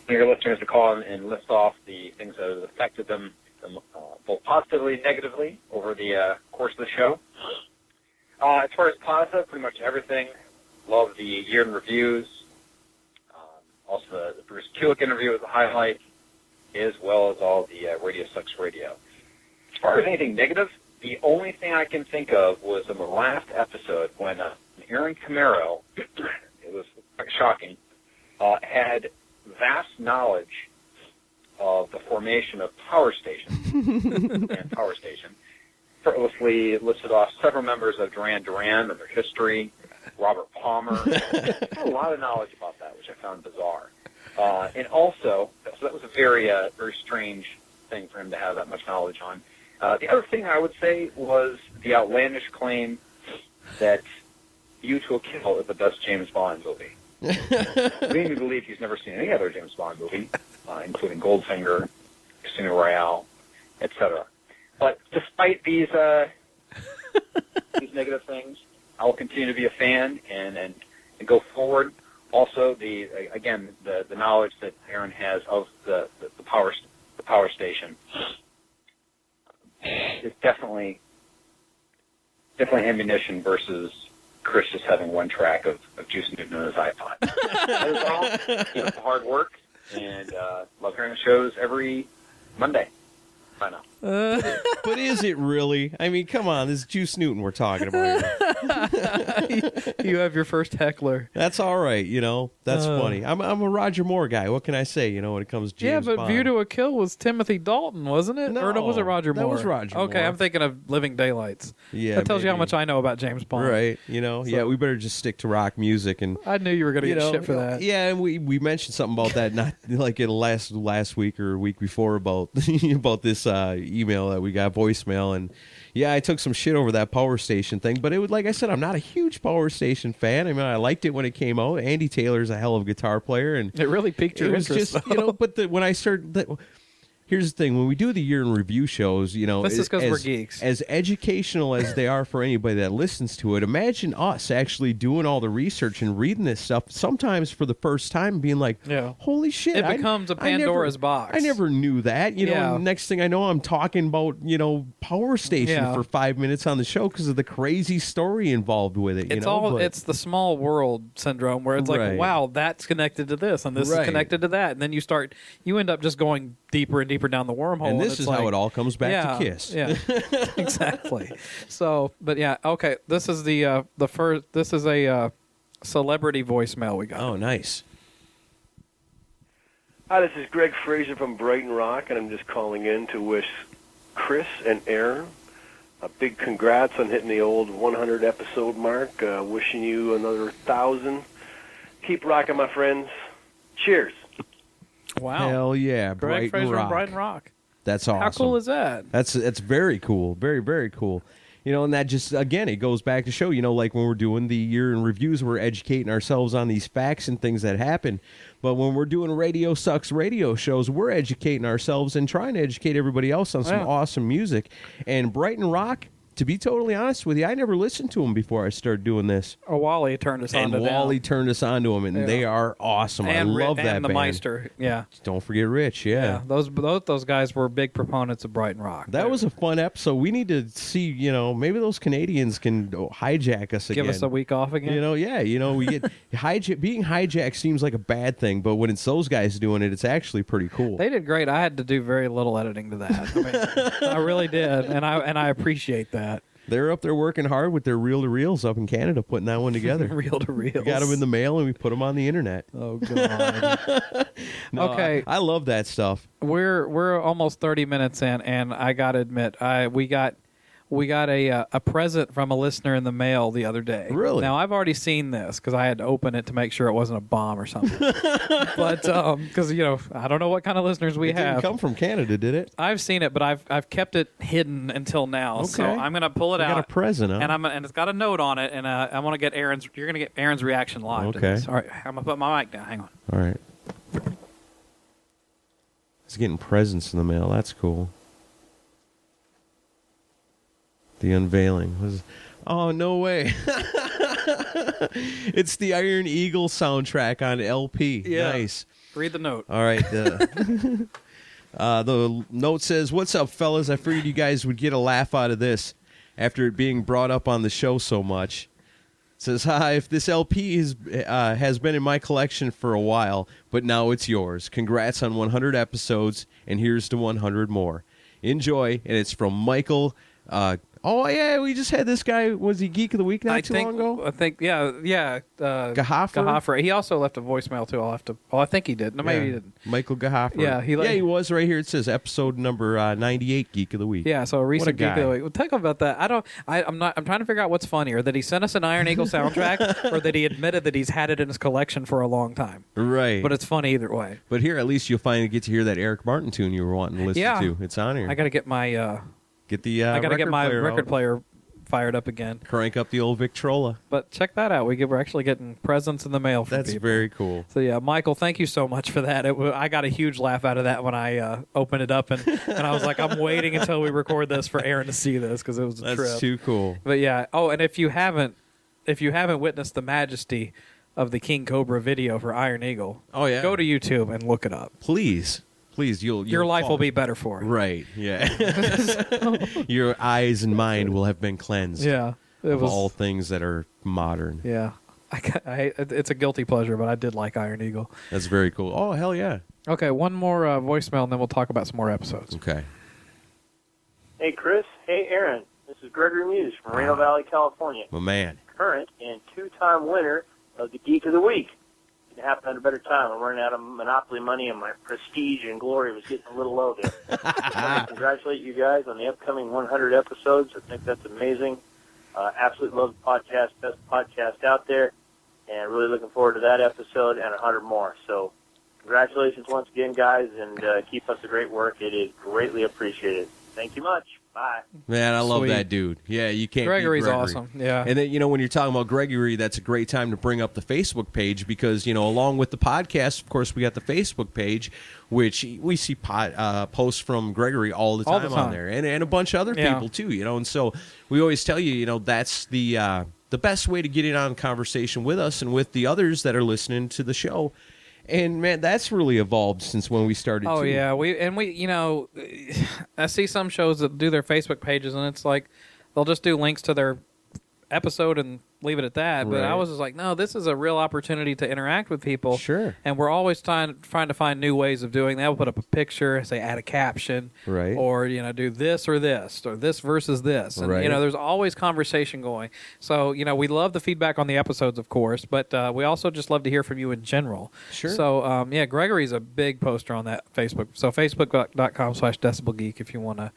S8: of your listeners to call in and list off the things that have affected them, them uh, both positively and negatively over the uh, course of the show. Uh, as far as positive, pretty much everything. Love the year in reviews. Um, also, the, the Bruce Kulick interview was a highlight as well as all the uh, Radio Sucks Radio. As far as anything negative, the only thing I can think of was in the last episode when uh, Aaron Camaro, it was quite shocking, uh, had vast knowledge of the formation of power stations and power station. Frivolously listed off several members of Duran Duran and their history, Robert Palmer. a lot of knowledge about that, which I found bizarre. Uh, and also, so that was a very, uh, very strange thing for him to have that much knowledge on. Uh, the other thing I would say was the outlandish claim that You to a Kill is the best James Bond movie. Leading me to believe he's never seen any other James Bond movie, uh, including Goldfinger, Casino Royale, etc. But despite these uh, these negative things, I will continue to be a fan and and, and go forward. Also, the again the, the knowledge that Aaron has of the, the, the power the power station is definitely definitely ammunition versus Chris just having one track of, of Juice Newton on his iPod. that is all. Keep up the hard work and uh, love hearing the shows every Monday. Bye now.
S2: Uh, but is it really? I mean, come on, this is Juice Newton we're talking about. Here.
S3: you have your first heckler.
S2: That's all right, you know. That's
S3: Uh.
S2: funny. I'm I'm a Roger Moore guy. What can I say? You know, when it comes to James
S3: yeah, but
S2: Bond.
S3: View to a Kill was Timothy Dalton, wasn't it? or no, was it Roger
S2: Oh, that
S3: Moore?
S2: was Roger
S3: Okay,
S2: Moore.
S3: I'm thinking of Living Daylights.
S2: Yeah,
S3: that tells you how
S2: maybe.
S3: much I know about James Bond.
S2: right? You know,
S3: So-
S2: yeah. We better just stick to rock music and.
S3: I knew you were going to
S2: you
S3: get
S2: know,
S3: shit for that.
S2: Yeah, and we, we mentioned something about that not like in last last week or week before about about this uh, email that we got voicemail and yeah, I took some shit over that power station thing, but it would like I said, I'm not a huge power station fan. I mean, I liked it when it came out. Andy Taylor's a hell of a guitar player, and
S3: It really piqued your
S2: it was
S3: interest,
S2: Just, you know, but the, when I started. The, Here's the thing: when we do the year in review shows, you know,
S3: That's just 'cause we're
S2: as-
S3: geeks.
S2: as educational as they are for anybody that listens to it, imagine us actually doing all the research and reading this stuff sometimes for the first time, being like,
S3: Yeah.
S2: "Holy shit!"
S3: It
S2: I-
S3: becomes a
S2: I never-
S3: Pandora's box.
S2: I never knew that. You
S3: Yeah.
S2: know, next thing I know, I'm talking about you know Power Station
S3: Yeah.
S2: for five minutes on the show because of the crazy story involved with it. You
S3: it's
S2: know,
S3: all
S2: but-
S3: it's the small world syndrome where it's like
S2: Right.
S3: wow that's connected to this and this
S2: Right.
S3: is connected to that and then you start you end up just going deeper and deeper down the wormhole
S2: and this
S3: it's
S2: is
S3: like,
S2: how it all comes back
S3: yeah,
S2: to Kiss.
S3: yeah exactly so but yeah okay this is the uh the first this is a uh celebrity voicemail we got
S2: oh nice
S9: Hi, this is Greg Fraser from Brighton Rock, and I'm just calling in to wish Chris and Aaron a big congrats on hitting the old 100 episode mark. Uh, wishing you another thousand. Keep rocking, my friends. Cheers.
S3: wow
S2: Hell yeah,
S3: greg
S2: Brighton
S3: fraser
S2: Rock.
S3: and brian rock
S2: That's awesome.
S3: how cool is that
S2: That's that's very cool. Very very cool. You know, and that just again it goes back to show. You know, like when we're doing the year in reviews, we're educating ourselves on these facts and things that happen. But when we're doing radio sucks radio shows, we're educating ourselves and trying to educate everybody else on some
S3: Yeah.
S2: awesome music. And Brighton Rock, to be totally honest with you, I never listened to them before I started doing this.
S3: oh wally turned us on
S2: And
S3: to
S2: Wally turned us onto them, and
S3: Yeah.
S2: they are awesome.
S3: them. and
S2: I
S3: Ri-
S2: love
S3: and
S2: that
S3: the
S2: band.
S3: meister yeah
S2: Don't forget Rich, yeah.
S3: yeah those both those guys were big proponents of brighton rock
S2: That was a fun episode. We need to see, you know, maybe those Canadians can hijack us again.
S3: give us a week off again
S2: You know, yeah, you know, we get hijack. Being hijacked seems like a bad thing, but when it's those guys doing it, it's actually pretty cool.
S3: They did great. I had to do very little editing to that. I, mean, I really did, and I and I appreciate that.
S2: They're up there working hard with their reel to reels up in Canada, putting that one together.
S3: Reel to
S2: We
S3: reels.
S2: got them in the mail and we put them on the internet.
S3: Oh god. okay,
S2: I, I love that stuff.
S3: we're we're almost thirty minutes in, and I gotta admit, I we got we got a uh, a present from a listener in the mail the other day.
S2: Really?
S3: Now I've already seen this because I had to open it to make sure it wasn't a bomb or something. but um, because you know I don't know what kind of listeners we
S2: it
S3: have.
S2: didn't come from Canada, did it?
S3: I've seen it, but I've I've kept it hidden until now. So
S2: Okay.
S3: I'm gonna pull it
S2: You
S3: out.
S2: got a present, huh?
S3: and I'm and it's got a note on it, and uh, I want to get Aaron's. You're gonna get Aaron's reaction live. to
S2: Okay.
S3: this. All right, I'm gonna put my mic down. Hang on.
S2: All right. He's getting presents in the mail. That's cool. The unveiling was. Oh no way! it's the Iron Eagle soundtrack on LP. Nice.
S3: Read the note.
S2: All right. Uh, uh, the note says, "What's up, fellas? I figured you guys would get a laugh out of this after it being brought up on the show so much." It says, "Hi, if this LP is, uh, has been in my collection for a while, but now it's yours. Congrats on 100 episodes, and here's to 100 more. Enjoy." And it's from Michael. Uh, oh yeah, we just had this guy. Was he Geek of the Week not
S3: I
S2: too
S3: think,
S2: long ago?
S3: I think yeah, yeah. Uh,
S2: Gahoffer?
S3: Gahoffer. He also left a voicemail too. I'll have to. Oh, I think he did. No, maybe
S2: Yeah.
S3: he didn't.
S2: Michael Gahoffer.
S3: Yeah, he like-
S2: yeah, he was right here. It says episode number uh, 98, Geek of the Week.
S3: Yeah, so a
S2: What
S3: recent geek
S2: guy.
S3: of the week. Well, talk about that. I don't. I, I'm not. I'm trying to figure out what's funnier that he sent us an Iron Eagle soundtrack, or that he admitted that he's had it in his collection for a long time.
S2: Right.
S3: But it's funny either way.
S2: But here, at least you'll finally get to hear that Eric Martin tune you were wanting to listen
S3: Yeah.
S2: to. It's on here.
S3: I got to get my. Uh,
S2: get the. Uh,
S3: I got to get my record
S2: out.
S3: player fired up again.
S2: Crank up the old Victrola.
S3: But check that out. We get, we're actually getting presents in the mail. From
S2: That's
S3: people.
S2: very cool.
S3: So yeah, Michael, thank you so much for that. It, wa- I got a huge laugh out of that when I uh, opened it up, and, and I was like, I'm waiting until we record this for Aaron to see this because it was a
S2: That's
S3: trip.
S2: too cool.
S3: But yeah. Oh, and if you haven't, if you haven't witnessed the majesty of the King Cobra video for Iron Eagle,
S2: oh yeah,
S3: go to YouTube and look it up.
S2: Please, please, you'll,
S3: Your
S2: you'll
S3: life
S2: fall-
S3: will be better for it.
S2: Right. Yeah. Your eyes and mind will have been cleansed.
S3: Yeah, it
S2: of
S3: was-
S2: all things that are modern.
S3: Yeah. I, ca- I, it's a guilty pleasure, but I did like Iron Eagle.
S2: That's very cool. Oh hell yeah.
S3: Okay, one more uh, voicemail, and then we'll talk about some more episodes.
S2: Okay.
S10: Hey, Chris. Hey, Aaron. This is Gregory Muse from Reno Valley, California.
S2: Oh, My man.
S10: Current and two-time winner of the Geek of the Week. It happened at a better time. I'm running out of Monopoly money, and my prestige and glory was getting a little low there. I congratulate you guys on the upcoming 100 episodes. I think that's amazing. Uh, absolutely love the podcast, best podcast out there, and really looking forward to that episode and 100 more. So, congratulations once again, guys, and uh, keep up the great work. It is greatly appreciated. Thank you much. Bye.
S2: Man, I love
S3: Sweet.
S2: that dude. Yeah, you can't. beat
S3: Gregory's
S2: Gregory.
S3: awesome. Yeah.
S2: And then you know when you're talking about Gregory, that's a great time to bring up the Facebook page because you know along with the podcast, of course, we got the Facebook page, which we see pod, uh, posts from Gregory all the,
S3: All
S2: time
S3: the
S2: on
S3: time.
S2: there, and and a bunch of other
S3: Yeah.
S2: people too. You know, and so we always tell you, you know, that's the uh, the best way to get in on conversation with us and with the others that are listening to the show. And man, that's really evolved since when we started.
S3: Oh
S2: too.
S3: yeah, we and we you know, I see some shows that do their Facebook pages, and it's like they'll just do links to their episode and leave it at that. But I
S2: Right.
S3: was just like, no, this is a real opportunity to interact with people.
S2: Sure.
S3: And we're always trying trying to find new ways of doing that. We'll put up a picture, say add a caption,
S2: Right.
S3: Or you know, do this or this or this versus this, and
S2: Right.
S3: you know, there's always conversation going. So you know, we love the feedback on the episodes, of course, but uh, we also just love to hear from you in general.
S2: Sure.
S3: So um, yeah, Gregory's a big poster on that Facebook. So facebook.com slash decibel geek if you want to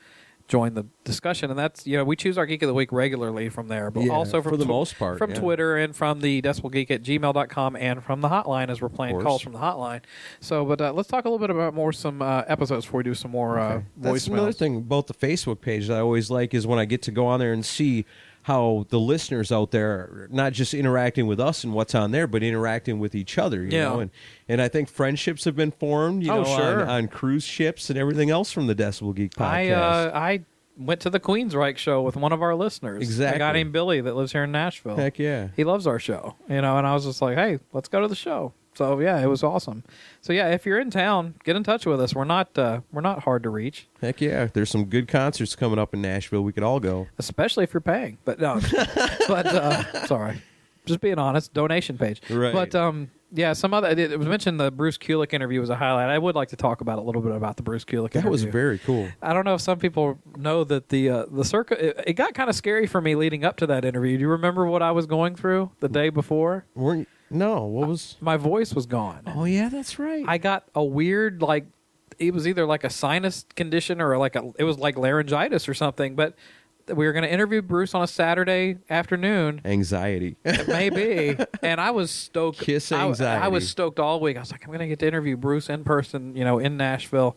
S3: join the discussion. And that's you know, we choose our geek of the week regularly from there, but
S2: Yeah,
S3: also from
S2: for the
S3: tw-
S2: most part,
S3: from
S2: yeah.
S3: Twitter and from the decibelgeek at gmail.com and from the hotline as we're playing
S2: course.
S3: calls from the hotline. So but uh, let's talk a little bit about more some uh, episodes before we do some more uh,
S2: That's another
S3: voicemails.
S2: thing about the Facebook page that I always like is when I get to go on there and see how the listeners out there are not just interacting with us and what's on there, but interacting with each other. You
S3: Yeah.
S2: know, and and I think friendships have been formed. You
S3: Oh,
S2: know, on-
S3: sure.
S2: on, cruise ships and everything else from the Decibel Geek podcast.
S3: I uh, I went to the Queensryche show with one of our listeners. A
S2: Exactly.
S3: guy named Billy that lives here in Nashville.
S2: Heck yeah.
S3: He loves our show. You know, and I was just like, Hey, let's go to the show. So yeah, it was awesome. So yeah, if you're in town, get in touch with us. We're not uh, we're not hard to reach,
S2: Heck yeah! There's some good concerts coming up in Nashville. We could all go.
S3: especially if you're paying. But no, but uh, sorry, just being honest. Donation page,
S2: Right.
S3: But um, yeah, some other it, it was mentioned the Bruce Kulick interview was a highlight. I would like to talk about a little bit about the Bruce Kulick.
S2: That
S3: interview.
S2: was very cool.
S3: I don't know if some people know that the uh, the circuit it, it got kind of scary for me leading up to that interview. Do you remember what I was going through the day before?
S2: Weren't no? What was
S3: my voice was gone?
S2: Oh yeah, that's right.
S3: I got a weird like it was either like a sinus condition or like a it was like laryngitis or something, but we were going to interview Bruce on a Saturday afternoon.
S2: Anxiety.
S3: It may be. and I was stoked.
S2: Kiss
S3: I- I,
S2: anxiety.
S3: was stoked all week. I was like, I'm going to get to interview Bruce in person, you know, in Nashville.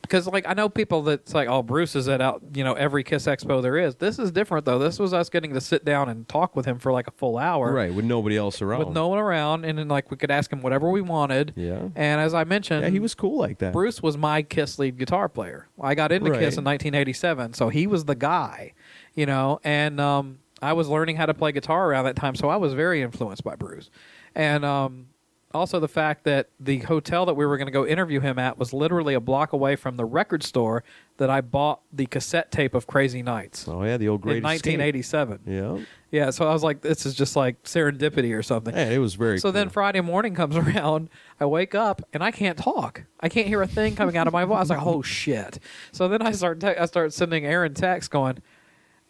S3: Because, like, I know people that's like, oh, Bruce is at, out, you know, every Kiss Expo there is. This is different, though. This was us getting to sit down and talk with him for like a full hour.
S2: Right, with nobody else around.
S3: With no one around, and then like we could ask him whatever we wanted.
S2: Yeah.
S3: And as I mentioned,
S2: Yeah, he was cool like that.
S3: Bruce was my Kiss lead guitar player. I got into
S2: Right.
S3: Kiss in 1987, so he was the guy, you know. And um, I was learning how to play guitar around that time, so I was very influenced by Bruce. And um, also the fact that the hotel that we were going to go interview him at was literally a block away from the record store that I bought the cassette tape of Crazy Nights.
S2: Oh yeah, the old great
S3: in 1987.
S2: Yeah.
S3: Yeah, so I was like, this is just like serendipity or something.
S2: Yeah, it was very
S3: So then Friday morning comes around, I wake up and I can't talk. I can't hear a thing coming out of my voice. I was like, oh shit. So then I start te- I start sending Aaron texts going,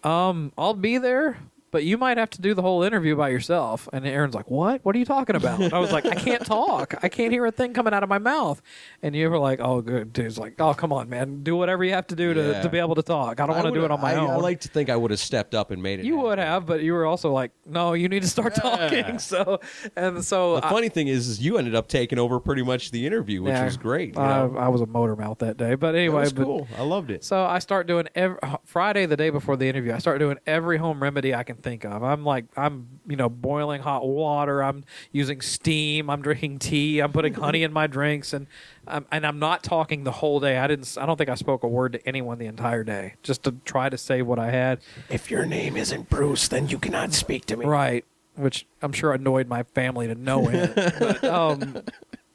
S3: um, I'll be there, but you might have to do the whole interview by yourself. And Aaron's like, what? What are you talking about? I was like, I can't talk. I can't hear a thing coming out of my mouth. And you were like, oh, good. Dude's like, oh, come on, man. Do whatever you have to do to,
S2: Yeah.
S3: to be able to talk. I don't want to do
S2: would've-
S3: it on my
S2: I-
S3: own.
S2: I like to think I would have stepped up and made it.
S3: You would have, but you were also like, no, you need to start talking. So, and so
S2: the
S3: I-
S2: funny thing is, is you ended up taking over pretty much the interview, which
S3: Yeah.
S2: was great. you
S3: I,
S2: know?
S3: I was a motor mouth that day, but anyway,
S2: was
S3: but-
S2: cool. I loved it.
S3: So I start doing e every Friday, the day before the interview. I start doing every home remedy I can think of. I'm like, I'm you know boiling hot water. I'm using steam. I'm drinking tea. I'm putting honey in my drinks, and I'm, and I'm not talking the whole day. I didn't. s- I don't think I spoke a word to anyone the entire day, just to try to save what I had.
S2: If your name isn't Bruce, then you cannot speak to me.
S3: Right. Which I'm sure annoyed my family to no end. But, um,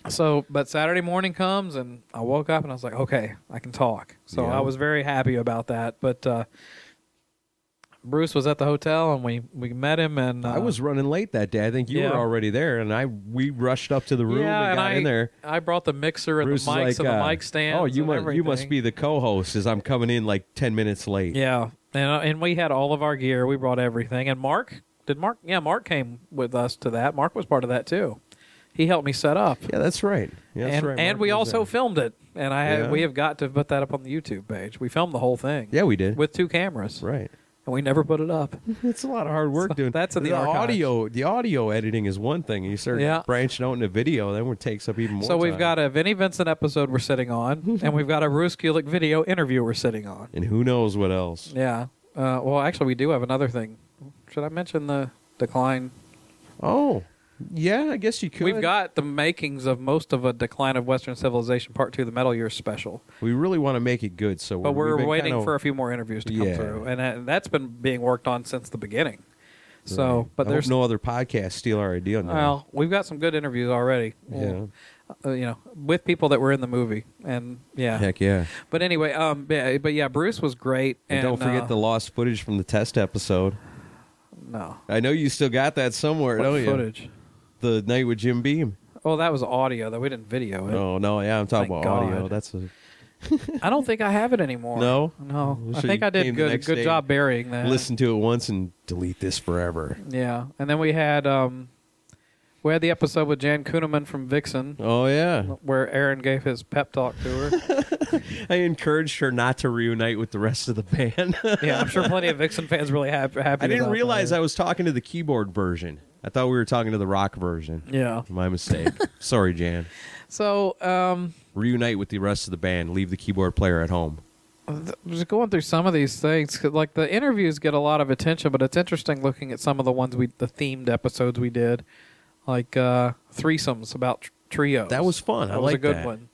S3: so, but Saturday morning comes and I woke up and I was like, okay, I can talk. So
S2: Yeah.
S3: I was very happy about that. But uh, Bruce was at the hotel and we, we met him and uh,
S2: I was running late that day. I think you
S3: Yeah.
S2: were already there, and I we rushed up to the room
S3: yeah,
S2: and
S3: and
S2: got
S3: I,
S2: in there.
S3: I brought the mixer and
S2: Bruce
S3: the mics
S2: is like,
S3: and the
S2: uh,
S3: mic stands.
S2: Oh, you
S3: and
S2: must you must
S3: everything.
S2: be the co-host, as I'm coming in like ten minutes late.
S3: Yeah, and uh, and we had all of our gear. We brought everything. And Mark did Mark? Yeah, Mark came with us to that. Mark was part of that too. He helped me set up.
S2: Yeah, that's right. Yeah, that's
S3: and
S2: right.
S3: and
S2: Mark
S3: we
S2: was
S3: also
S2: there.
S3: filmed it. And I had,
S2: Yeah.
S3: we have got to put that up on the YouTube page. We filmed the whole thing.
S2: Yeah, we did.
S3: with two cameras.
S2: Right.
S3: And we never put it up.
S2: It's a lot of hard work doing
S3: that's in the, archives.
S2: audio. The audio editing is one thing. You start
S3: Yeah.
S2: branching out into video, then it takes up even more.
S3: So we've
S2: time.
S3: got a Vinnie Vincent episode we're sitting on, and we've got a Bruce Kulick video interview we're sitting on.
S2: and who knows what else.
S3: Yeah. Uh, well, actually, we do have another thing. Should I mention the decline
S2: Oh, yeah, I guess you could.
S3: We've got the makings of most of a decline of Western civilization, part two, the Metal Years special.
S2: We really want to make it good, so
S3: But
S2: we're
S3: we're waiting for a
S2: a
S3: few more interviews to come
S2: Yeah.
S3: through, and uh, that's been being worked on since the beginning. So, but there's
S2: no other podcast steal our idea now.
S3: well, we've got some good interviews already.
S2: Yeah.
S3: Uh, you know, with people that were in the movie, and yeah,
S2: Heck yeah!
S3: But anyway, um, but, but yeah, Bruce was great,
S2: And,
S3: and,
S2: don't forget
S3: uh,
S2: the lost footage from the test episode.
S3: no
S2: I know you still got that somewhere,
S3: What
S2: don't you?
S3: footage?
S2: The night with Jim Beam.
S3: Oh, that was audio though. We didn't video it.
S2: Oh no, yeah, I'm talking
S3: Thank
S2: about audio.
S3: God.
S2: That's a,
S3: I don't think I have it anymore.
S2: no, Oh,
S3: no. I
S2: So
S3: think
S2: you
S3: I did
S2: came the
S3: good.
S2: next
S3: Good
S2: day,
S3: job burying that.
S2: Listen to it once and delete this forever.
S3: Yeah, and then we had um, we had the episode with Jan Kuhneman from Vixen,
S2: Oh yeah,
S3: where Aaron gave his pep talk to her.
S2: I encouraged her not to reunite with the rest of the band.
S3: yeah, I'm sure plenty of Vixen fans really happy. happy
S2: I didn't
S3: about
S2: realize
S3: that.
S2: I was talking to the keyboard version. I thought we were talking to the rock version.
S3: Yeah.
S2: My mistake. Sorry, Jan.
S3: So um,
S2: Reunite with the rest of the band. Leave the keyboard player at home.
S3: th- just going through some of these things, 'cause, like the interviews get a lot of attention, but it's interesting looking at some of the ones we the themed episodes we did, like uh, threesomes about tr- trios.
S2: That was fun. I
S3: That was a
S2: like
S3: good
S2: that.
S3: one.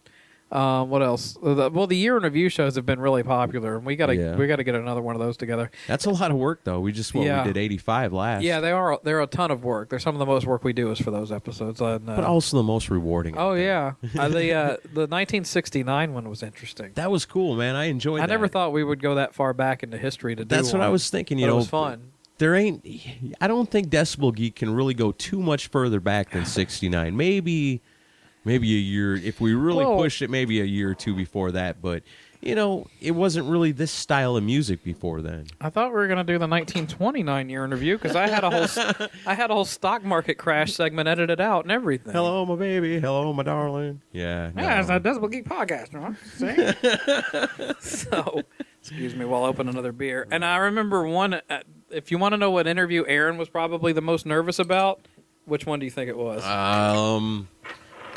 S3: Um, what else? Uh, the- well, the year in review shows have been really popular, and we gotta
S2: Yeah.
S3: we gotta get another one of those together.
S2: That's a lot of work, though. We just well,
S3: Yeah.
S2: we did 85 last.
S3: Yeah, they are. They're a ton of work. They're some of the most work we do is for those episodes. And, uh,
S2: But also the most rewarding.
S3: oh yeah, uh, the uh, the 1969 one was interesting.
S2: That was cool, man. I enjoyed
S3: I
S2: that.
S3: never thought we would go that far back into history to do.
S2: That's what I
S3: one,
S2: was thinking, you
S3: but
S2: know,
S3: it was fun.
S2: There ain't. I don't think Decibel Geek can really go too much further back than 69. Maybe, maybe a year. If we really
S3: Well-
S2: pushed it, maybe a year or two before that. But you know, it wasn't really this style of music before then.
S3: I thought we were going to do the 1929 year in review because I had a whole s- I had a whole stock market crash segment edited out and everything.
S2: Hello, my baby. Hello, my darling. Yeah.
S3: Yeah,
S2: no.
S3: it's a Decibel Geek podcast, huh? See? so, Excuse me while I open another beer. And I remember one. Uh, if you want to know what interview Aaron was probably the most nervous about, which one do you think it was?
S2: Um,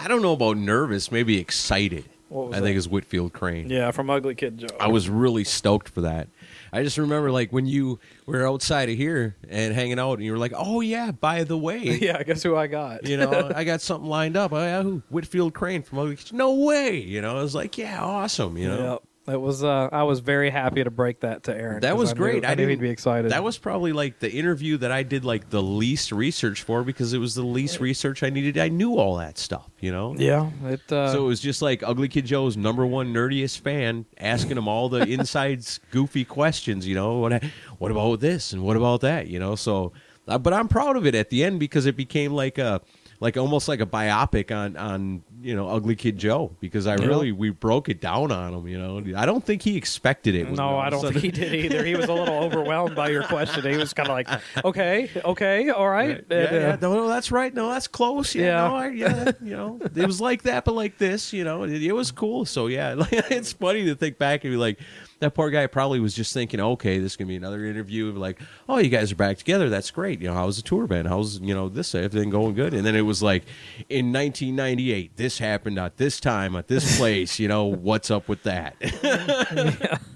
S2: I don't know about nervous, maybe excited.
S3: What was
S2: I think
S3: that?
S2: it's Whitfield Crane.
S3: yeah, from Ugly Kid Joe.
S2: I was really stoked for that. I just remember like when you were outside of here and hanging out, and you were like, "Oh yeah, by the way,
S3: yeah, guess who I got?
S2: you know, I got something lined up. Oh, yeah, who? Whitfield Crane from Ugly Kid- No way, you know. I was like, yeah, awesome, you know.
S3: Yep. It was. Uh, I was very happy to break that to Aaron.
S2: That
S3: 'cause
S2: was
S3: I knew-
S2: great.
S3: I, knew he'd
S2: didn't-
S3: be excited.
S2: That was probably like the interview that I did like the least research for because it was the least research I needed. I knew all that stuff, you know.
S3: Yeah, it, uh,
S2: so it was just like Ugly Kid Joe's number one nerdiest fan asking him all the insides, goofy questions. You know what? What about this and what about that? You know. So, uh, but I'm proud of it at the end because it became like a, like almost like a biopic on on you know Ugly Kid Joe because I
S3: Yeah.
S2: really we broke it down on him. You know, I don't think he expected it. when
S3: No,
S2: we all
S3: I
S2: of a
S3: don't
S2: sudden-
S3: think he did either. He was a little overwhelmed by your question. He was kind of like, okay, okay, all right.
S2: Yeah,
S3: And, uh,
S2: yeah, no, no, that's right. No, that's close. Yeah,
S3: Yeah.
S2: no, I, yeah, you know, it was like that, but like this. You know, it, it was cool. So yeah, like, it's funny to think back and be like, that poor guy probably was just thinking, okay, this is gonna be another interview. And be like, oh, you guys are back together. That's great. You know, how's the tour been? How's you know this everything going good? And then it was like, in 1998, this happened at this time at this place. You know, what's up with that?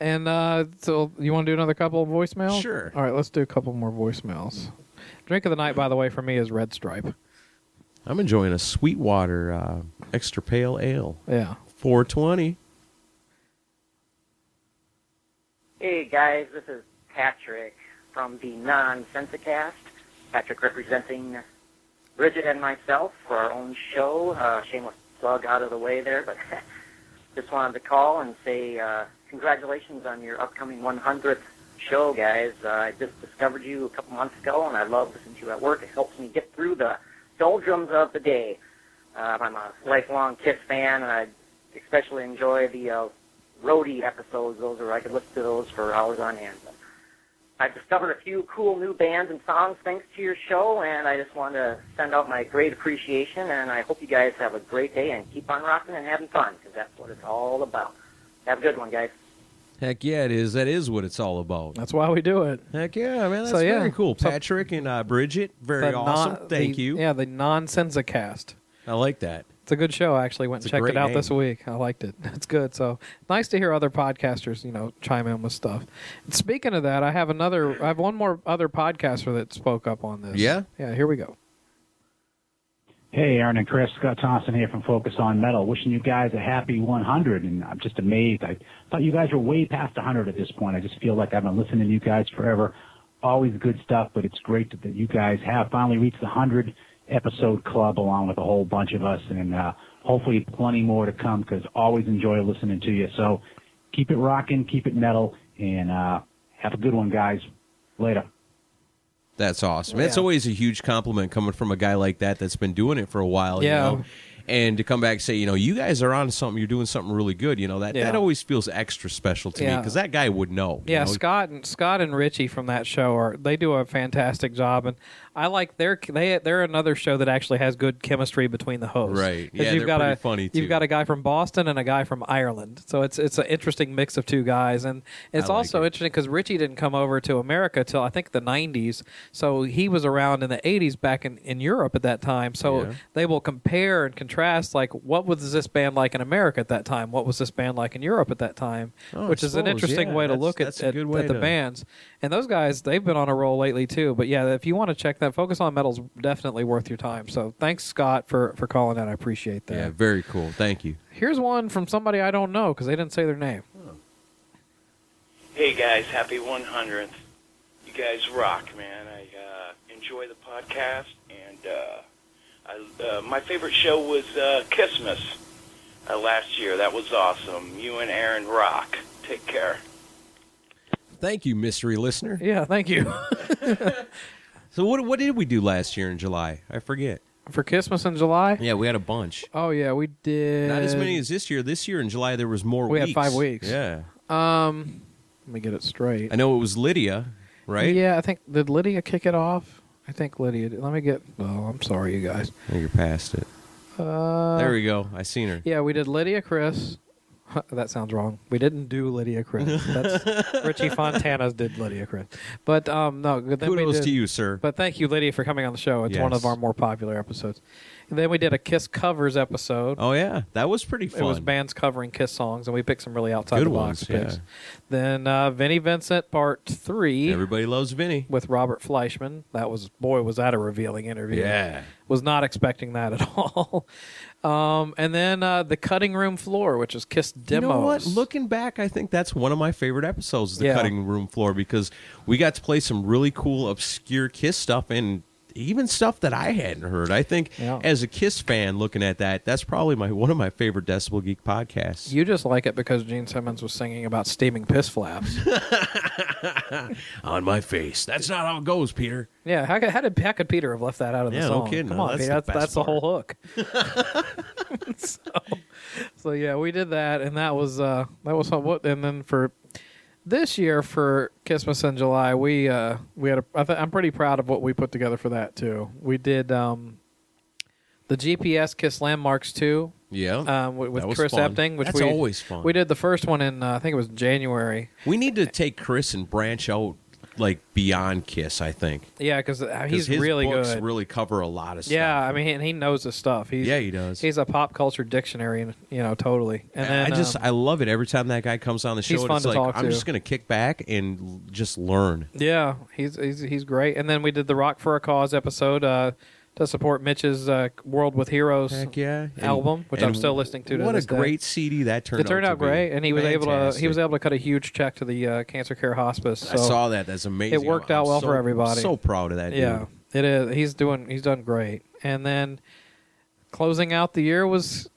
S3: And uh, so you want to do another couple of voicemails?
S2: Sure.
S3: All right, let's do a couple more voicemails. Drink of the night, by the way, for me is Red Stripe.
S2: I'm enjoying a Sweetwater uh, extra pale ale.
S3: Yeah.
S2: 420.
S11: Hey guys, this is Patrick from the Nonsensicast. Patrick representing Bridget and myself for our own show. Uh, shameless plug out of the way there, but just wanted to call and say uh, congratulations on your upcoming 100th show, guys. Uh, I just discovered you a couple months ago, and I love listening to you at work. It helps me get through the doldrums of the day. Uh, I'm a lifelong Kiss fan, and I especially enjoy the uh, roadie episodes. Those are I could listen to those for hours on end. But I've discovered a few cool new bands and songs thanks to your show, and I just want to send out my great appreciation. And I hope you guys have a great day and keep on rocking and having fun because that's what it's all about. Have a good one, guys.
S2: Heck yeah, it is. That is what it's all about.
S3: That's why we do it.
S2: Heck yeah, man. That's
S3: So, yeah.
S2: very cool.
S3: So-
S2: Patrick and uh, Bridget, very
S3: The
S2: awesome.
S3: non-
S2: Thank
S3: the-
S2: you.
S3: Yeah, the Nonsensicast.
S2: I like that.
S3: It's a good show. I actually went
S2: It's a
S3: and checked
S2: great
S3: it out
S2: name.
S3: this week. I liked it. It's good. So nice to hear other podcasters, you know, chime in with stuff. And speaking of that, I have another. I have one more other podcaster that spoke up on this.
S12: Yeah?
S3: Yeah. Here we go.
S12: Hey, Aaron and Chris, Scott Thompson here from Focus on Metal. Wishing you guys a happy 100, and I'm just amazed. I thought you guys were way past 100 at this point. I just feel like I've been listening to you guys forever. Always good stuff, but it's great that, that you guys have finally reached the 100 episode club along with a whole bunch of us, and uh, hopefully plenty more to come because always enjoy listening to you. So keep it rocking, keep it metal, and uh, have a good one, guys. Later.
S2: That's awesome. It's
S12: Yeah.
S2: always a huge compliment coming from a guy like that that's been doing it for a while.
S3: Yeah.
S2: You know? And to come back and say, you know, you guys are on something. You're doing something really good. You know that
S3: Yeah.
S2: that always feels extra special to me
S3: Yeah.
S2: because that guy would know. you
S3: Yeah,
S2: know?
S3: Scott and Scott and Richie from that show are they do a fantastic job, and I like their they they're another show that actually has good chemistry between the hosts.
S2: Right.
S3: 'Cause
S2: Yeah,
S3: you've
S2: they're
S3: got a
S2: pretty funny, too.
S3: you've got a guy from Boston and a guy from Ireland, so it's it's an interesting mix of two guys, and it's
S2: I like
S3: also interesting because Richie didn't come over to America till I think the '90s, so he was around in the '80s back in in Europe at that time, so
S2: Yeah.
S3: they will compare and contrast like what was this band like in America at that time, what was this band like in Europe at that time,
S2: Oh, I
S3: which is an
S2: suppose,
S3: interesting
S2: yeah,
S3: way to
S2: that's-
S3: look at,
S2: that's a
S3: at,
S2: good way
S3: at the
S2: to-
S3: bands. And those guys, they've been on a roll lately too. But yeah, if you want to check that, Focus on Metal's definitely worth your time. So thanks, Scott, for for calling out. I appreciate that.
S2: Yeah. Very cool. Thank you.
S3: Here's one from somebody I don't know because they didn't say their name.
S13: Hey guys, happy 100th. You guys rock, man. I uh, enjoy the podcast, and uh, I, uh, my favorite show was uh, Christmas uh, last year. That was awesome. You and Aaron rock. Take care.
S2: Thank you, mystery listener.
S3: Yeah. Thank you.
S2: So what what did we do last year in July? I forget.
S3: For Christmas in July.
S2: Yeah, we had a bunch.
S3: Oh yeah, we did.
S2: Not as many as this year. This year in July there was more.
S3: We had
S2: weeks.
S3: five weeks.
S2: Yeah.
S3: Um, let me get it straight.
S2: I know it was Lydia, right?
S3: Yeah, I think did Lydia kick it off? I think Lydia. Did. Let me get. Oh, I'm sorry, you guys.
S2: I think you're past it.
S3: Uh,
S2: there we go. I seen her.
S3: Yeah, we did Lydia, Chris. that sounds wrong. We didn't do Lydia Chris. That's Richie Fontana's did Lydia Chris. But um, no, then we
S2: Kudos
S3: did-
S2: to you, sir.
S3: But thank you, Lydia, for coming on the show. It's one
S2: Yes.
S3: of our more popular episodes. And then we did a Kiss covers episode.
S2: Oh yeah, that was pretty fun.
S3: It was bands covering Kiss songs, and we picked some really outside
S2: Good
S3: the box
S2: ones, yeah.
S3: picks. Then uh, Vinnie Vincent Part Three.
S2: Everybody loves Vinnie
S3: with Robert Fleischman. That was boy, was that a revealing interview?
S2: Yeah.
S3: was not expecting that at all. Um, and then uh, the cutting room floor, which is Kiss
S2: You
S3: demos.
S2: know what? Looking back, I think that's one of my favorite episodes, the
S3: Yeah.
S2: cutting room floor, because we got to play some really cool, obscure Kiss stuff and even stuff that I hadn't heard. I think
S3: Yeah.
S2: as a Kiss fan, looking at that, that's probably my one of my favorite Decibel Geek podcasts.
S3: You just like it because Gene Simmons was singing about steaming piss flaps.
S2: On my face. That's not how it goes, Peter.
S3: yeah, how, could- how did how could Peter have left that out of the
S2: Yeah, no
S3: song?
S2: kidding.
S3: Come
S2: No,
S3: on,
S2: that's
S3: Peter,
S2: the
S3: that's
S2: best
S3: that's the whole hook. so, so yeah, we did that, and that was uh, that was fun. what. And then for this year for Christmas in July, we uh, we had a, I th- I'm pretty proud of what we put together for that too. We did um, the GPS Kiss Landmarks two.
S2: Yeah,
S3: um, with, with
S2: that was
S3: Chris
S2: fun.
S3: Epting, which
S2: That's
S3: we
S2: always fun.
S3: We did the first one in uh, I think it was January.
S2: We need to take Chris and branch out like beyond Kiss, I think.
S3: Yeah, because Uh, he's
S2: 'Cause his
S3: really
S2: books
S3: good.
S2: really cover a lot of stuff.
S3: yeah, I mean, and he knows his stuff. He's,
S2: Yeah, he does.
S3: He's a pop culture dictionary, and you know, totally. And
S2: I-
S3: then
S2: I just
S3: um,
S2: I love it every time that guy comes on the show.
S3: he's
S2: and
S3: fun
S2: it's
S3: to
S2: like,
S3: talk
S2: I'm
S3: to.
S2: just gonna kick back and l- just learn.
S3: yeah, he's he's he's great. And then we did the Rock for a Cause episode uh, to support Mitch's uh, World with Heroes
S2: Heck yeah. And-
S3: album, which I'm
S2: and
S3: still listening to. to
S2: What
S3: this
S2: a
S3: day.
S2: great CD that turned.
S3: It turned
S2: out,
S3: out
S2: to be.
S3: great, and he was able to he
S2: Fantastic.
S3: was able to cut a huge check to the uh, cancer care hospice.
S2: I
S3: so
S2: saw that. That's amazing.
S3: It worked
S2: I'm
S3: out well
S2: so-
S3: for everybody.
S2: So proud of that.
S3: Yeah, it
S2: dude.
S3: is. He's doing. He's done great. And then closing out the year was.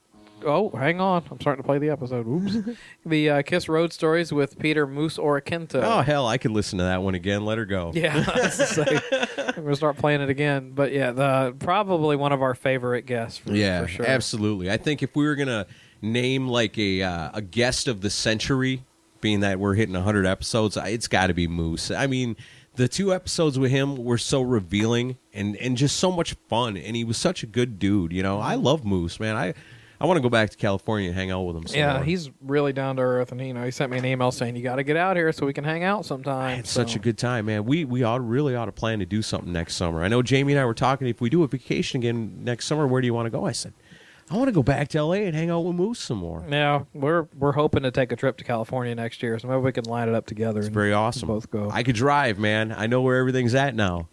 S3: Oh, hang on! I'm starting to play the episode. Oops. the uh, Kiss Road Stories with Peter Moose Orikinto.
S2: Oh hell, I could listen to that one again. Let her go.
S3: Yeah, I was just like, I'm gonna start playing it again. But yeah, the probably one of our favorite guests. For,
S2: Yeah,
S3: for sure.
S2: absolutely. I think if we were gonna name like a uh, a guest of the century, being that we're hitting 100 episodes, I- it's got to be Moose. I mean, the two episodes with him were so revealing and and just so much fun, and he was such a good dude. You know, I
S3: Mm-hmm.
S2: love Moose, man. I I want to go back to California and hang out with him. some
S3: Yeah,
S2: more.
S3: he's really down to earth, and he, you know, he sent me an email saying you got to get out here so we can hang out sometime.
S2: It's such a good time, man. We we ought really ought to plan to do something next summer. I know Jamie and I were talking. If we do a vacation again next summer, where do you want to go? I said, I want to go back to L.A. and hang out with Moose some more.
S3: Yeah, we're we're hoping to take a trip to California next year, so maybe we can line it up together. and
S2: Very awesome.
S3: Both go.
S2: I could drive, man. I know where everything's at now.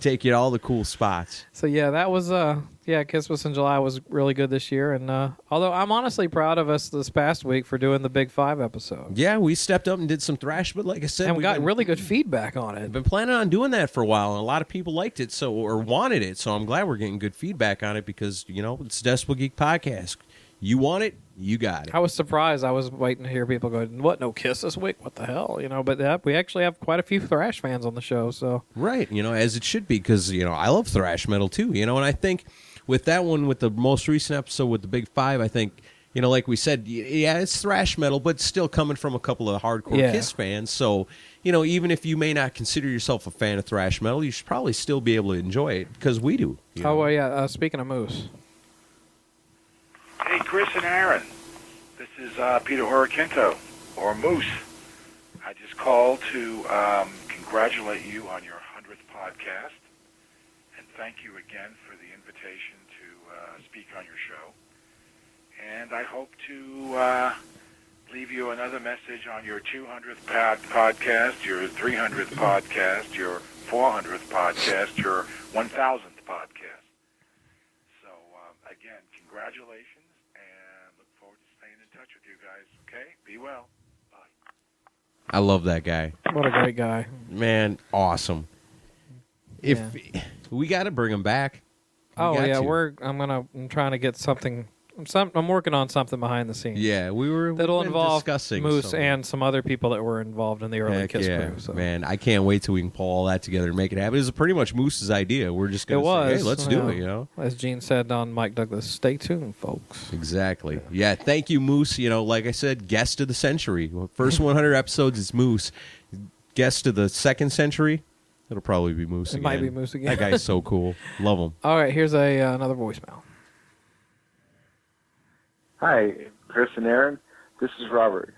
S2: Take you to all the cool spots.
S3: So yeah, that was uh yeah, Christmas in July was really good this year, and uh, although I'm honestly proud of us this past week for doing the Big Five episode,
S2: Yeah, we stepped up and did some thrash, but like I said,
S3: and we
S2: we've
S3: got
S2: been-
S3: really good feedback on it.
S2: been planning on doing that for a while, and a lot of people liked it, so or wanted it. So I'm glad we're getting good feedback on it because you know it's Decibel Geek Podcast. You want it, you got it.
S3: I was surprised. I was waiting to hear people go, "What? No kiss this week? What the hell?" You know, but that, we actually have quite a few thrash fans on the show, so
S2: Right, you know, as it should be, because you know I love thrash metal too. You know, and I think with that one, with the most recent episode with the Big Five, I think you know, like we said, y- yeah, it's thrash metal, but still coming from a couple of hardcore
S3: Yeah.
S2: Kiss fans. So you know, even if you may not consider yourself a fan of thrash metal, you should probably still be able to enjoy it because we do. you know.
S3: oh well, yeah. Uh, speaking of moose,
S14: Hey, Chris and Aaron. This is uh, Peter Horikinto, or Moose. I just called to um, congratulate you on your 100th podcast and thank you again for the invitation to uh, speak on your show. And I hope to uh, leave you another message on your 200th pod- podcast, your 300th podcast, your 400th podcast, your 1,000th podcast. So, um, again, congratulations, and look forward to staying in touch with you guys. Okay, be well.
S2: I love that guy.
S3: what a great guy.
S2: Man, awesome. If we got to bring him back. We
S3: Oh
S2: got
S3: yeah,
S2: to.
S3: we're I'm gonna I'm trying to get something. I'm some I'm working on something behind the scenes.
S2: Yeah, we were
S3: that'll
S2: we've been
S3: involve
S2: discussing
S3: Moose
S2: some-
S3: and some other people that were involved in the early
S2: Heck
S3: Kiss
S2: yeah,
S3: crew. So.
S2: man! I can't wait till we can pull all that together and make it happen. It was pretty much Moose's idea. We're just
S3: It
S2: gonna say,
S3: was.
S2: hey, let's do
S3: yeah.
S2: it. You know,
S3: as Gene said on Mike Douglas, stay tuned, folks.
S2: exactly. Yeah, thank you, Moose. You know, like I said, guest of the century. Well, First 100 episodes is Moose. Guest of the second century, it'll probably be Moose.
S3: It
S2: again.
S3: might be Moose again.
S2: That guy's so cool. Love him.
S3: All right, here's a uh, another voicemail.
S15: Hi, Chris and Aaron. This is Robert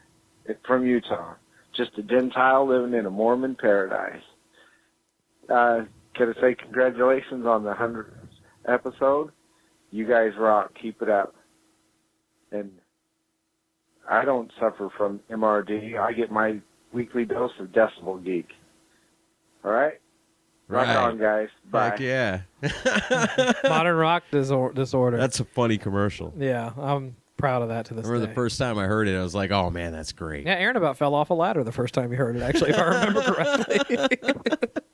S15: eh, from Utah, just a Gentile living in a Mormon paradise. Uh, can I say congratulations on the 100th episode? You guys rock. Keep it up. And I don't suffer from MRD. I get my weekly dose of Decibel Geek. All right? Rock
S2: Right.
S15: on, guys. Bye.
S2: Heck yeah.
S3: Modern rock disor- disorder.
S2: That's a funny commercial.
S3: yeah, I'm proud of that to
S2: I
S3: this
S2: remember
S3: day.
S2: the first time I heard it, I was like, oh man, that's great.
S3: yeah, Aaron about fell off a ladder the first time he heard it. Actually, if I remember correctly,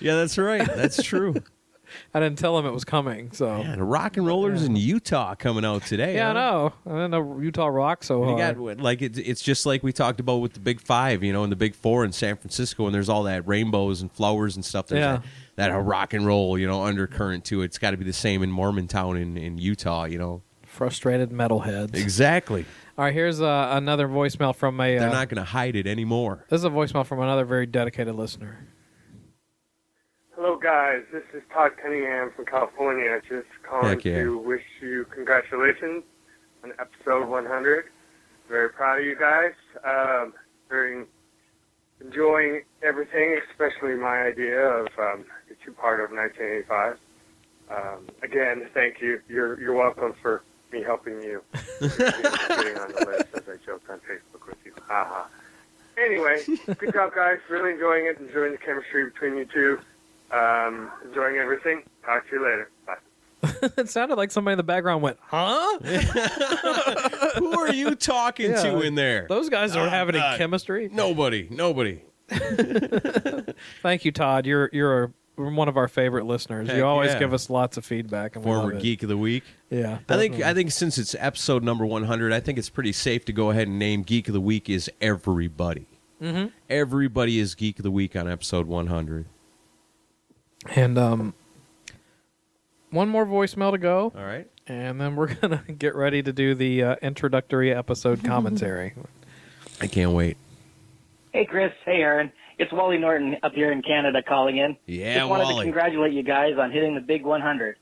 S2: Yeah, that's right. That's true.
S3: I didn't tell him it was coming. So
S2: Man, rock and rollers in Utah coming out today.
S3: yeah, I
S2: huh?
S3: know. I didn't know Utah rock so
S2: You
S3: hard.
S2: got what- like it, it's just like we talked about with the Big Five, you know, and the Big Four in San Francisco, and there's all that rainbows and flowers and stuff. There's
S3: Yeah.
S2: that, that rock and roll, you know, undercurrent to it. It's got to be the same in Mormontown in in Utah, you know.
S3: Frustrated metalheads.
S2: Exactly.
S3: All right, here's uh, another voicemail from a.
S2: They're
S3: uh,
S2: not going to hide it anymore.
S3: This is a voicemail from another very dedicated listener.
S16: Hello, guys. This is Todd Cunningham from California. Just calling
S3: Heck yeah.
S16: to wish you congratulations on episode 100. Very proud of you guys. Um, very enjoying everything, especially my idea of um, the two-part of 1985. Um, again, thank you. You're you're welcome for me helping you getting on the list as I joked on Facebook with you. Ha ha. Anyway, good job, guys. Really enjoying it. Enjoying the chemistry between you two. Um, enjoying everything. Talk to you later. Bye.
S3: it sounded like somebody in the background went, "Huh?
S2: Who are you talking
S3: Yeah.
S2: to in there?
S3: Those guys don't
S2: Uh,
S3: have any
S2: uh,
S3: chemistry."
S2: Nobody, nobody.
S3: Thank you, Todd. You're you're a, one of our favorite listeners.
S2: Heck
S3: you always
S2: yeah.
S3: give us lots of feedback, and we
S2: Former
S3: love it.
S2: geek of the week.
S3: Yeah,
S2: I think
S3: definitely.
S2: I think since it's episode number 100, I think it's pretty safe to go ahead and name geek of the week is everybody.
S3: Mhm.
S2: Everybody is geek of the week on episode 100.
S3: And um, one more voicemail to go.
S2: All right,
S3: and then we're gonna get ready to do the uh, introductory episode commentary.
S2: I can't wait.
S17: Hey, Chris. Hey, Aaron. It's Wally Norton up here in Canada calling in.
S2: Yeah,
S17: Just wanted
S2: Wally.
S17: to congratulate you guys on hitting the big 100.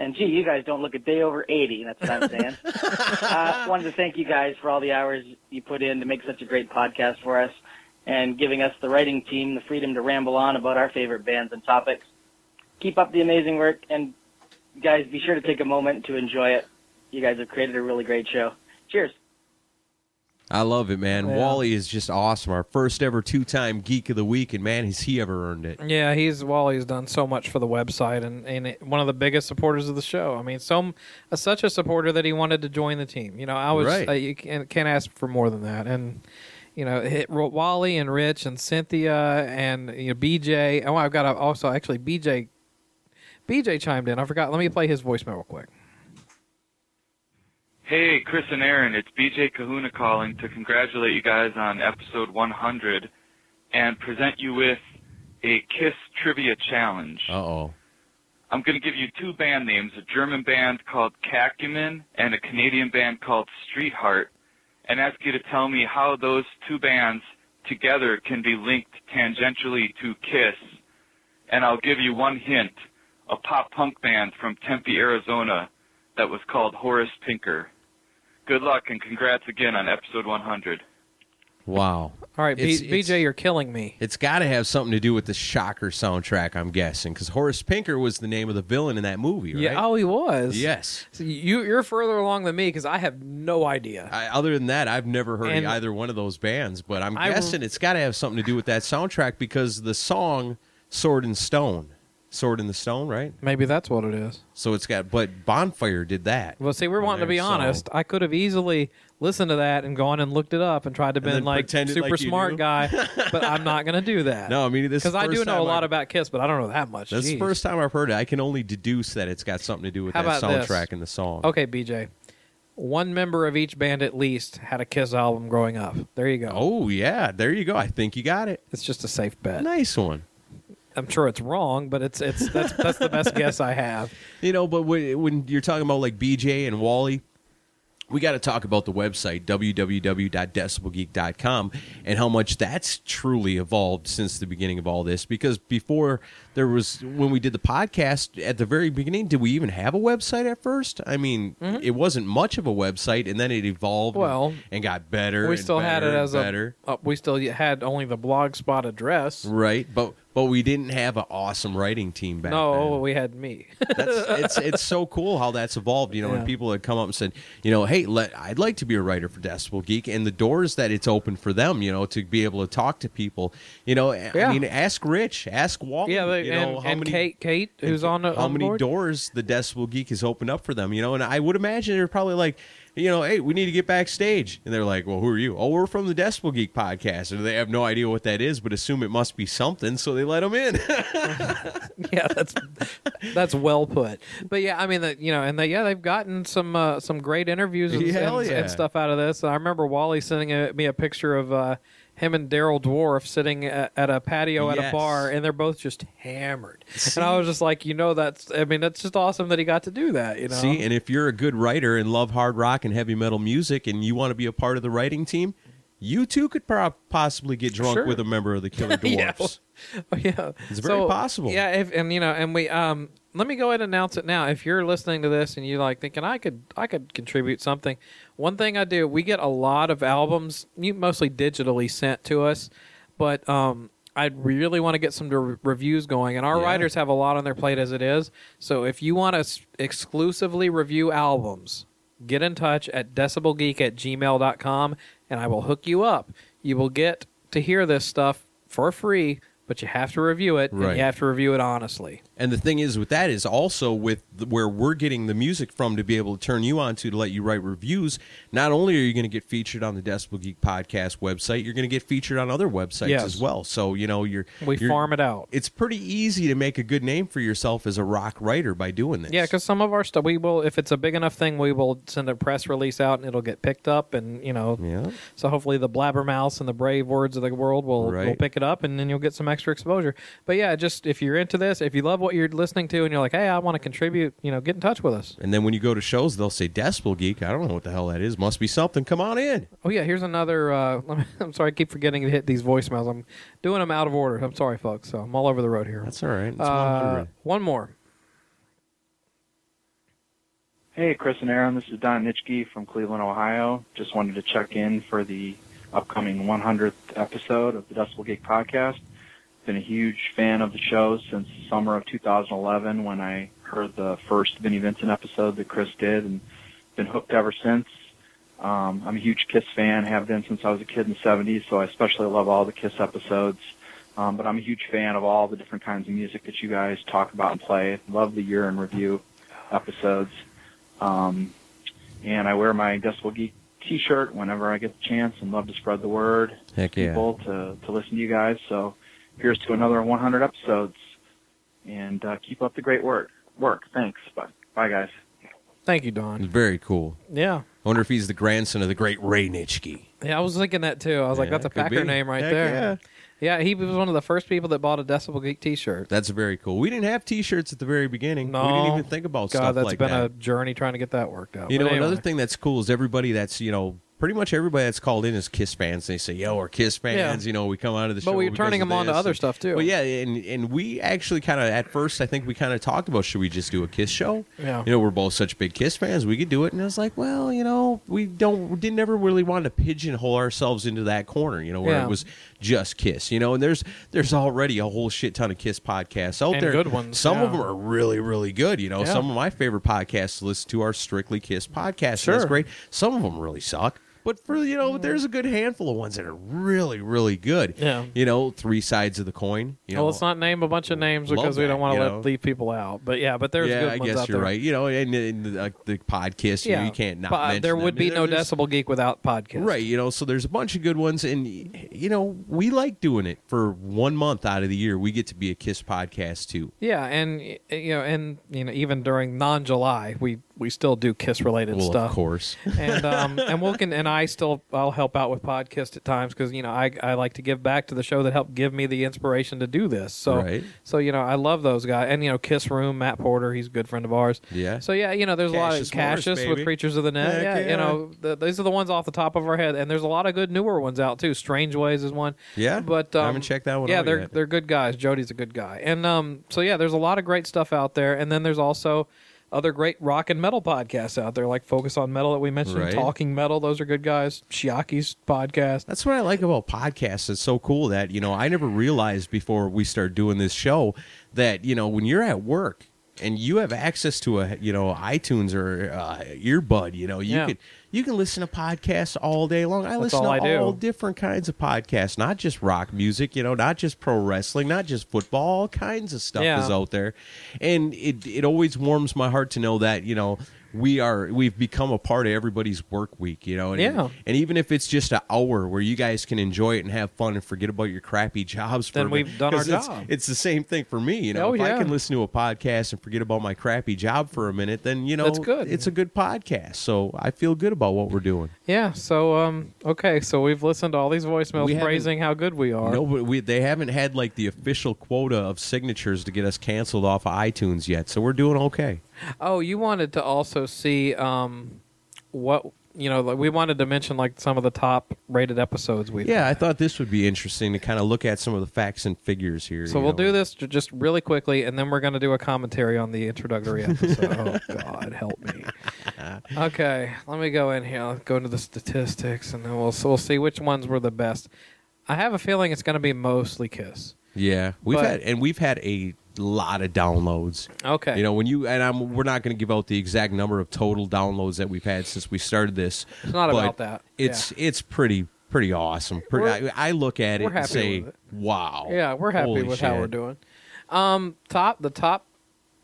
S17: And gee, you guys don't look a day over 80. That's what I'm saying. uh, wanted to thank you guys for all the hours you put in to make such a great podcast for us and giving us the writing team the freedom to ramble on about our favorite bands and topics. Keep up the amazing work and guys, be sure to take a moment to enjoy it. You guys have created a really great show. Cheers.
S2: I love it, man.
S17: Yeah.
S2: Wally is just awesome. Our first ever two-time geek of the week and man, has he ever earned it.
S3: Yeah, he's Wally's done so much for the website and and it- one of the biggest supporters of the show. I mean, so m- uh, such a supporter that he wanted to join the team. You know, I was
S2: Right.
S3: uh, you can't, can't ask for more than that. And you know, hit Ro- Wally and Rich and Cynthia and you know BJ. Oh, I've got to also actually BJ. BJ chimed in. I forgot. Let me play his voicemail real quick.
S18: Hey, Chris and Aaron, it's BJ Kahuna calling to congratulate you guys on episode 100 and present you with a Kiss trivia challenge.
S2: Uh oh.
S18: I'm going to give you two band names a German band called Cacumen and a Canadian band called Streetheart, and ask you to tell me how those two bands together can be linked tangentially to Kiss. And I'll give you one hint a pop punk band from Tempe, Arizona that was called Horace Pinker. Good luck and congrats again on episode 100.
S2: Wow.
S3: All right, B-
S2: It's-
S3: BJ, you're killing me.
S2: It's got to have something to do with the Shocker soundtrack, I'm guessing, because Horace Pinker was the name of the villain in that movie, right?
S3: Yeah. Oh, he was.
S2: Yes.
S3: So you you're further along than me because I have no idea.
S2: I, other than that, I've never heard
S3: And-
S2: either one of those bands, but I'm
S3: I-
S2: guessing it's got to have something to do with that soundtrack because the song "Sword and Stone," "Sword in the Stone," right?
S3: Maybe that's what it is.
S2: So it's got, but Bonfire did that.
S3: Well, see, we're wanting to be
S2: So-
S3: honest. I could have easily listened to that and gone and looked it up and tried to
S2: And
S3: been
S2: then
S3: like
S2: pretended
S3: super
S2: like you
S3: smart
S2: knew.
S3: guy, but I'm not going to do that.
S2: No, I mean this is
S3: because I
S2: the
S3: do
S2: first
S3: know a
S2: time
S3: lot
S2: I-
S3: about Kiss, but I don't know that much.
S2: That's the
S3: Jeez.
S2: first time I've heard it. I can only deduce that it's got something to do with
S3: How
S2: that
S3: about this?
S2: soundtrack and the song.
S3: Okay, BJ. One member of each band at least had a Kiss album growing up. There you go.
S2: Oh yeah, there you go. I think you got it.
S3: It's just a safe bet.
S2: Nice one.
S3: I'm sure it's wrong, but it's it's that's that's the best guess I have.
S2: You know, but when, when you're talking about like BJ and Wally, we got to talk about the website www.decibelgeek.com and how much that's truly evolved since the beginning of all this because before there was when we did the podcast at the very beginning did we even have a website at first i mean it wasn't much of a website and then it evolved
S3: Mm-hmm. Well,
S2: and, and got better
S3: we
S2: and
S3: still had
S2: better
S3: it
S2: and
S3: as
S2: better
S3: a. Uh, we still had only the blogspot address.
S2: right but but we didn't have an awesome writing team back then.
S3: No, we had me.
S2: it's it's so cool how that's evolved. You know,
S3: Yeah.
S2: and people had come up and said, you know, hey, let I'd like to be a writer for Decibel Geek, and the doors that it's open for them, you know, to be able to talk to people. You know, I
S3: Yeah.
S2: mean, ask Rich, ask Walt.
S3: yeah, but,
S2: you know,
S3: and,
S2: how
S3: and
S2: many,
S3: Kate, Kate, who's on the
S2: how
S3: on
S2: many
S3: board?
S2: doors the Decibel Geek has opened up for them. You know, and I would imagine they're probably like. You know, hey, we need to get backstage, and they're like, "Well, who are you?" Oh, we're from the Decibel Geek podcast, and they have no idea what that is, but assume it must be something, so they let them in.
S3: yeah, that's that's well put. But yeah, I mean, the, you know, and they, yeah, they've gotten some uh, some great interviews and,
S2: Hell
S3: and-
S2: yeah.
S3: and stuff out of this. I remember Wally sending a, me a picture of uh, him and Daryl Dwarf sitting at, at a patio at
S2: Yes.
S3: a bar, and they're both just hammered. And I was just like, you know, that's I mean, that's just awesome that he got to do that. You know,
S2: See, and if you're a good writer and love hard rock and heavy metal music and you want to be a part of the writing team, you too could pro- possibly get drunk
S3: Sure.
S2: with a member of the Killer
S3: Yeah.
S2: Dwarfs.
S3: Oh, yeah,
S2: It's very
S3: So,
S2: possible.
S3: Yeah, if, and you know, and we um, let me go ahead and announce it now. If you're listening to this and you're like thinking I could I could contribute something, one thing I do, we get a lot of albums, you- mostly digitally sent to us, but um. I really want to get some re- reviews going, and our writers have a lot on their plate as it is. So, if you want to s- exclusively review albums, get in touch at decibelgeek at gmail.com and I will hook you up. You will get to hear this stuff for free, but you have to review it and
S2: Right.
S3: you have to review it honestly.
S2: And the thing is with that is also with the, where we're getting the music from to be able to turn you on to to let you write reviews. Not only are you going to get featured on the Decibel Geek podcast website, you're going to get featured on other websites
S3: Yes.
S2: as well. So you know you're
S3: We
S2: you're-
S3: farm it out.
S2: It's pretty easy to make a good name for yourself as a rock writer by doing this.
S3: Yeah, because some of our stuff, we will, if it's a big enough thing, we will send a press release out and it'll get picked up. And, you know, so hopefully the blabbermouths and the brave words of the world will, will
S2: Right.
S3: pick it up and then you'll get some extra exposure. But yeah, just if you're into this, if you love what you're listening to and you're like, hey, I want to contribute, you know, get in touch with us.
S2: And then when you go to shows, they'll say Decibel Geek. I don't know what the hell that is. Must be something. Come on in.
S3: Oh yeah, here's another. Uh, let me, I'm sorry, I keep forgetting to hit these voicemails. I'm doing them out of order. I'm sorry, folks. So I'm all over the road here. That's
S2: all right. It's
S3: Uh,
S19: 100.
S3: one more.
S19: Hey, Chris and Aaron, this is Don Nitschke from Cleveland, Ohio. Just wanted to check in for the upcoming 100th episode of the Decibel Geek podcast. Been a huge fan of the show since the summer of 2011 when I heard the first Vinnie Vincent episode that Chris did and been hooked ever since. Um, I'm a huge Kiss fan, have been since I was a kid in the 70s, so I especially love all the Kiss episodes. Um, but I'm a huge fan of all the different kinds of music that you guys talk about and play. Love the year in review episodes. Um, and I wear my Decibel Geek t-shirt whenever I get the chance and love to spread the word
S2: Heck
S19: to people to, to listen to you guys. So here's to another 100 episodes and uh, keep up the great work. Work. Thanks. Bye. Bye guys.
S3: Thank you, Don.
S2: Very cool.
S3: Yeah,
S2: I wonder if he's the grandson of the great Ray Nitschke.
S3: yeah. I was thinking that too. I was like,
S2: Yeah,
S3: that's a
S2: could
S3: Packer
S2: be.
S3: name right
S2: Heck
S3: there. Yeah. he was one of the first people that bought a Decibel Geek T-shirt.
S2: That's very cool. We didn't have T-shirts at the very beginning.
S3: No,
S2: we didn't even think about
S3: God,
S2: stuff
S3: that's
S2: like
S3: been
S2: that.
S3: a journey trying to get that worked out.
S2: You
S3: But
S2: know,
S3: anyway.
S2: another thing that's cool is everybody that's you know pretty much everybody that's called in is Kiss fans. They say, "Yo, we're Kiss fans."
S3: Yeah.
S2: You know, we come out of the show.
S3: But we're
S2: because
S3: turning
S2: of
S3: them on to
S2: this.
S3: other stuff too.
S2: Well, yeah, and and we actually kind of at first I think we kind of talked about should we just do a Kiss show?
S3: Yeah.
S2: You know, we're both such big Kiss fans, we could do it. And I was like, well, you know, we don't we didn't ever really want to pigeonhole ourselves into that corner. You know, where
S3: Yeah.
S2: it was just Kiss. You know, and there's there's already a whole shit ton of Kiss podcasts out
S3: And
S2: there.
S3: good ones,
S2: Some of
S3: yeah.
S2: them are really really good. You know,
S3: Yeah.
S2: some of my favorite podcasts to listen to are strictly Kiss podcasts. and
S3: Sure.
S2: that's great. Some of them really suck. But for you know, there's a good handful of ones that are really, really good.
S3: Yeah.
S2: You know, three sides of the coin. You know,
S3: well, let's not name a bunch of names
S2: love
S3: because we
S2: that,
S3: don't want
S2: you
S3: to
S2: know.
S3: let leave people out. But yeah, but there's
S2: yeah,
S3: good
S2: I
S3: ones
S2: guess
S3: out
S2: you're
S3: there.
S2: right. You know, and, and the, like, the podcast, you, know, you can't not.
S3: But, uh,
S2: mention
S3: there
S2: them.
S3: would be
S2: And
S3: no
S2: there's-
S3: Decibel Geek without podcast.
S2: Right, you know, so there's a bunch of good ones, and you know, we like doing it for one month out of the year. We get to be a Kiss podcast too.
S3: Yeah, and y- you know, and you know, even during non-July, we we still do Kiss related
S2: Well, of
S3: stuff,
S2: course.
S3: and um, and we'll can and I still I'll help out with podcast at times because you know I I like to give back to the show that helped give me the inspiration to do this. So
S2: Right.
S3: so you know I love those guys and you know Kiss Room Matt Porter he's a good friend of ours.
S2: Yeah.
S3: So yeah, you know there's a lot of
S2: Cassius Morris,
S3: Cassius
S2: baby.
S3: with Creatures of the Net.
S2: Heck
S3: yeah,
S2: yeah.
S3: you know th these are the ones off the top of our head and there's a lot of good newer ones out too. Strange Ways is one.
S2: Yeah,
S3: but
S2: I
S3: um,
S2: haven't checked that one
S3: Yeah,
S2: out
S3: they're
S2: yet.
S3: they're good guys. Jody's a good guy, and um, so yeah, there's a lot of great stuff out there, and then there's also other great rock and metal podcasts out there, like Focus on Metal that we mentioned,
S2: Right.
S3: Talking Metal. Those are good guys. Shiaki's podcast.
S2: That's what I like about podcasts. It's so cool that, you know, I never realized before we started doing this show that, you know, when you're at work and you have access to a, you know, iTunes or uh, earbud, you know, you
S20: Yeah.
S2: could you can listen to podcasts all day long. I
S20: That's
S2: listen
S20: all
S2: to
S20: I do.
S2: all different kinds of podcasts, not just rock music, you know, not just pro wrestling, not just football, all kinds of stuff
S20: Yeah.
S2: is out there. And it it always warms my heart to know that, you know, we are we've become a part of everybody's work week, you know. And,
S3: Yeah.
S2: and even if it's just an hour where you guys can enjoy it and have fun and forget about your crappy jobs, for
S3: Then
S2: a bit,
S3: we've done our
S2: 'cause it's-
S3: job.
S2: It's the same thing for me, you know.
S3: Oh,
S2: if I
S3: yeah.
S2: can listen to a podcast and forget about my crappy job for a minute, then you know
S3: That's good.
S2: It's a good podcast, so I feel good about what we're doing.
S3: Yeah. So um, okay, so we've listened to all these voicemails
S2: We haven't-
S3: praising how good we are.
S2: No, but we they haven't had like the official quota of signatures to get us canceled off of iTunes yet, so we're doing okay.
S3: Oh, you wanted to also see um, what you know? Like we wanted to mention like some of the top rated episodes we've.
S2: Yeah, I thought this would be interesting to kind of look at some of the facts and figures here.
S3: So
S2: you
S3: we'll
S2: know.
S3: do this ju- just really quickly, and then we're going to do a commentary on the introductory episode. oh God, help me! Okay, let me go in here. I'll go into the statistics, and then we'll so we'll see which ones were the best. I have a feeling it's going to be mostly Kiss.
S2: Yeah, we've
S3: But-
S2: had and we've had a lot of downloads.
S3: Okay.
S2: you know when you and I'm we're not going to give out the exact number of total downloads that we've had since we started this.
S3: It's not
S2: but
S3: about that.
S2: It's it's pretty pretty awesome. Pretty,
S3: We're-
S2: I, I look at it
S3: we're
S2: and
S3: happy
S2: say,
S3: with it.
S2: "Wow."
S3: Yeah, we're happy
S2: Oh, Holy
S3: with how
S2: shit.
S3: we're doing. Um, top the top,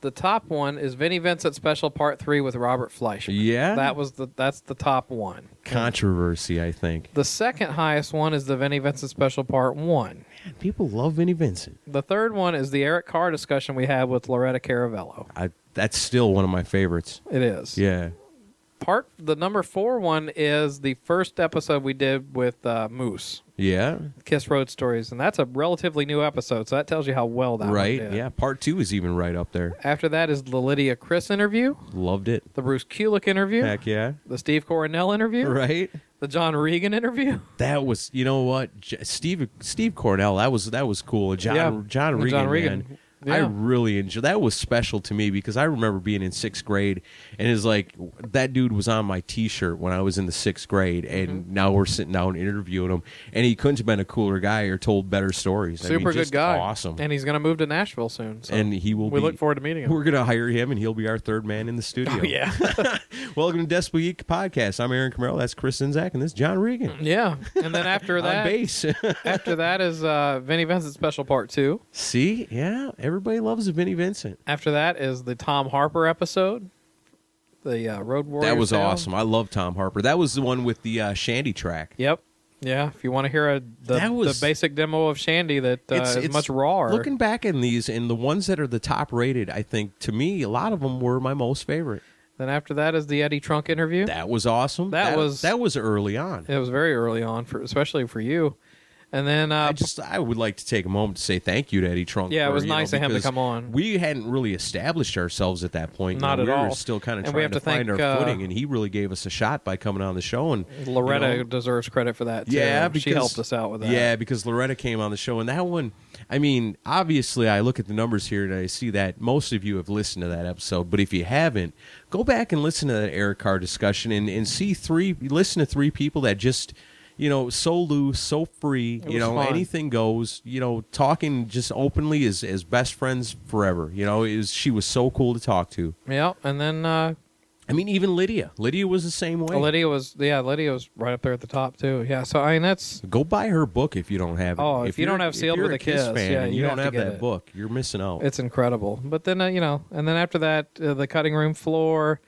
S3: the top one is Vinnie Vincent Special Part Three with Robert Fleischman.
S2: Yeah?
S3: that was the that's the top one.
S2: Controversy, I think.
S3: The second highest one is the Vinnie Vincent Special Part One.
S2: people love Vinnie Vincent.
S3: The third one is the Eric Carr discussion we had with Loretta Caravello.
S2: I that's still one of my favorites.
S3: It is.
S2: Yeah.
S3: Part the number four one is the first episode we did with uh, Moose
S2: Yeah.
S3: Kiss Road Stories, and that's a relatively new episode, so that tells you how well that one
S2: right.
S3: did.
S2: Yeah. Part two is even right up there.
S3: After that is the Lydia Chris interview,
S2: Loved it.
S3: the Bruce Kulick interview,
S2: Heck yeah.
S3: the Steve Coronel interview,
S2: Right.
S3: The John Regan interview.
S2: That was, you know what, J- Steve Steve Cornell. That was that was cool. John
S3: Yeah.
S2: John
S3: John
S2: Regan.
S3: Regan.
S2: man.
S3: Yeah.
S2: I really enjoyed. That was special to me because I remember being in sixth grade, and it's like that dude was on my T-shirt when I was in the sixth grade, and
S3: Mm-hmm.
S2: now we're sitting down interviewing him, and he couldn't have been a cooler guy or told better stories. I
S3: Super good
S2: mean, just
S3: guy.
S2: awesome,
S3: And he's going to move to Nashville soon. So
S2: and he will.
S3: we
S2: be,
S3: look forward to meeting him.
S2: We're gonna hire him, and he'll be our third man in the studio.
S3: Oh, yeah.
S2: Welcome to Despo Geek Podcast. I'm Aaron Camaro. That's Chris Sinzak, and this is John Regan.
S3: Mm, Yeah. And then after
S2: On
S3: that,
S2: bass.
S3: after that is uh, Vinnie Vincent Special Part 2.
S2: See, yeah, everybody loves Vinnie Vincent.
S3: After that is the Tom Harper episode, the uh, Road Warrior.
S2: That was
S3: Tale.
S2: awesome. I love Tom Harper. That was the one with the uh, Shandy track.
S3: Yep. Yeah. If you want to hear a, the,
S2: That was-
S3: the basic demo of Shandy that uh, is much rawer.
S2: Looking back in these, and the ones that are the top rated, I think to me, a lot of them were my most favorite.
S3: then after that is the Eddie Trunk interview.
S2: That was awesome.
S3: That was-
S2: that was early on.
S3: It was very early on, for especially for you. And then uh,
S2: I just I would like to take a moment to say thank you to Eddie Trunk.
S3: Yeah, it
S2: for,
S3: was
S2: you know,
S3: nice of him to
S2: because
S3: come on.
S2: We hadn't really established ourselves at that point. you
S3: Not
S2: know,
S3: at
S2: we
S3: all.
S2: Were still kind of
S3: And we
S2: trying
S3: have
S2: to,
S3: to
S2: find
S3: thank,
S2: our
S3: uh,
S2: footing, and he really gave us a shot by coming on the show. And you
S3: Loretta
S2: know,
S3: deserves credit for that. Too.
S2: Yeah,
S3: she helped us out with that.
S2: Yeah, because Loretta came on the show, and that one, I mean, obviously, I look at the numbers here and I see that most of you have listened to that episode. But if you haven't, go back and listen to that Eric Carr discussion and and see three, listen to three people that just. You know, so loose, so free.
S20: It
S2: You
S20: was
S2: know,
S20: fun.
S2: anything goes. You know, talking just openly as as best friends forever. You know, is she was so cool to talk to.
S3: Yeah, and then uh,
S2: I mean, even Lydia. Lydia was the same way.
S3: Lydia was yeah, Lydia was right up there at the top too. Yeah, so I mean that's
S2: Go buy her book if you don't have it.
S3: Oh, if you
S2: you're-
S3: don't have Sealed
S2: you're
S3: with a
S2: Kiss,
S3: Kiss,
S2: fan
S3: yeah,
S2: and you,
S3: you
S2: don't
S3: have
S2: have
S3: to get
S2: that
S3: it.
S2: book, you're missing out.
S3: it's incredible. But then uh, you know, and then after that, uh, the cutting room floor,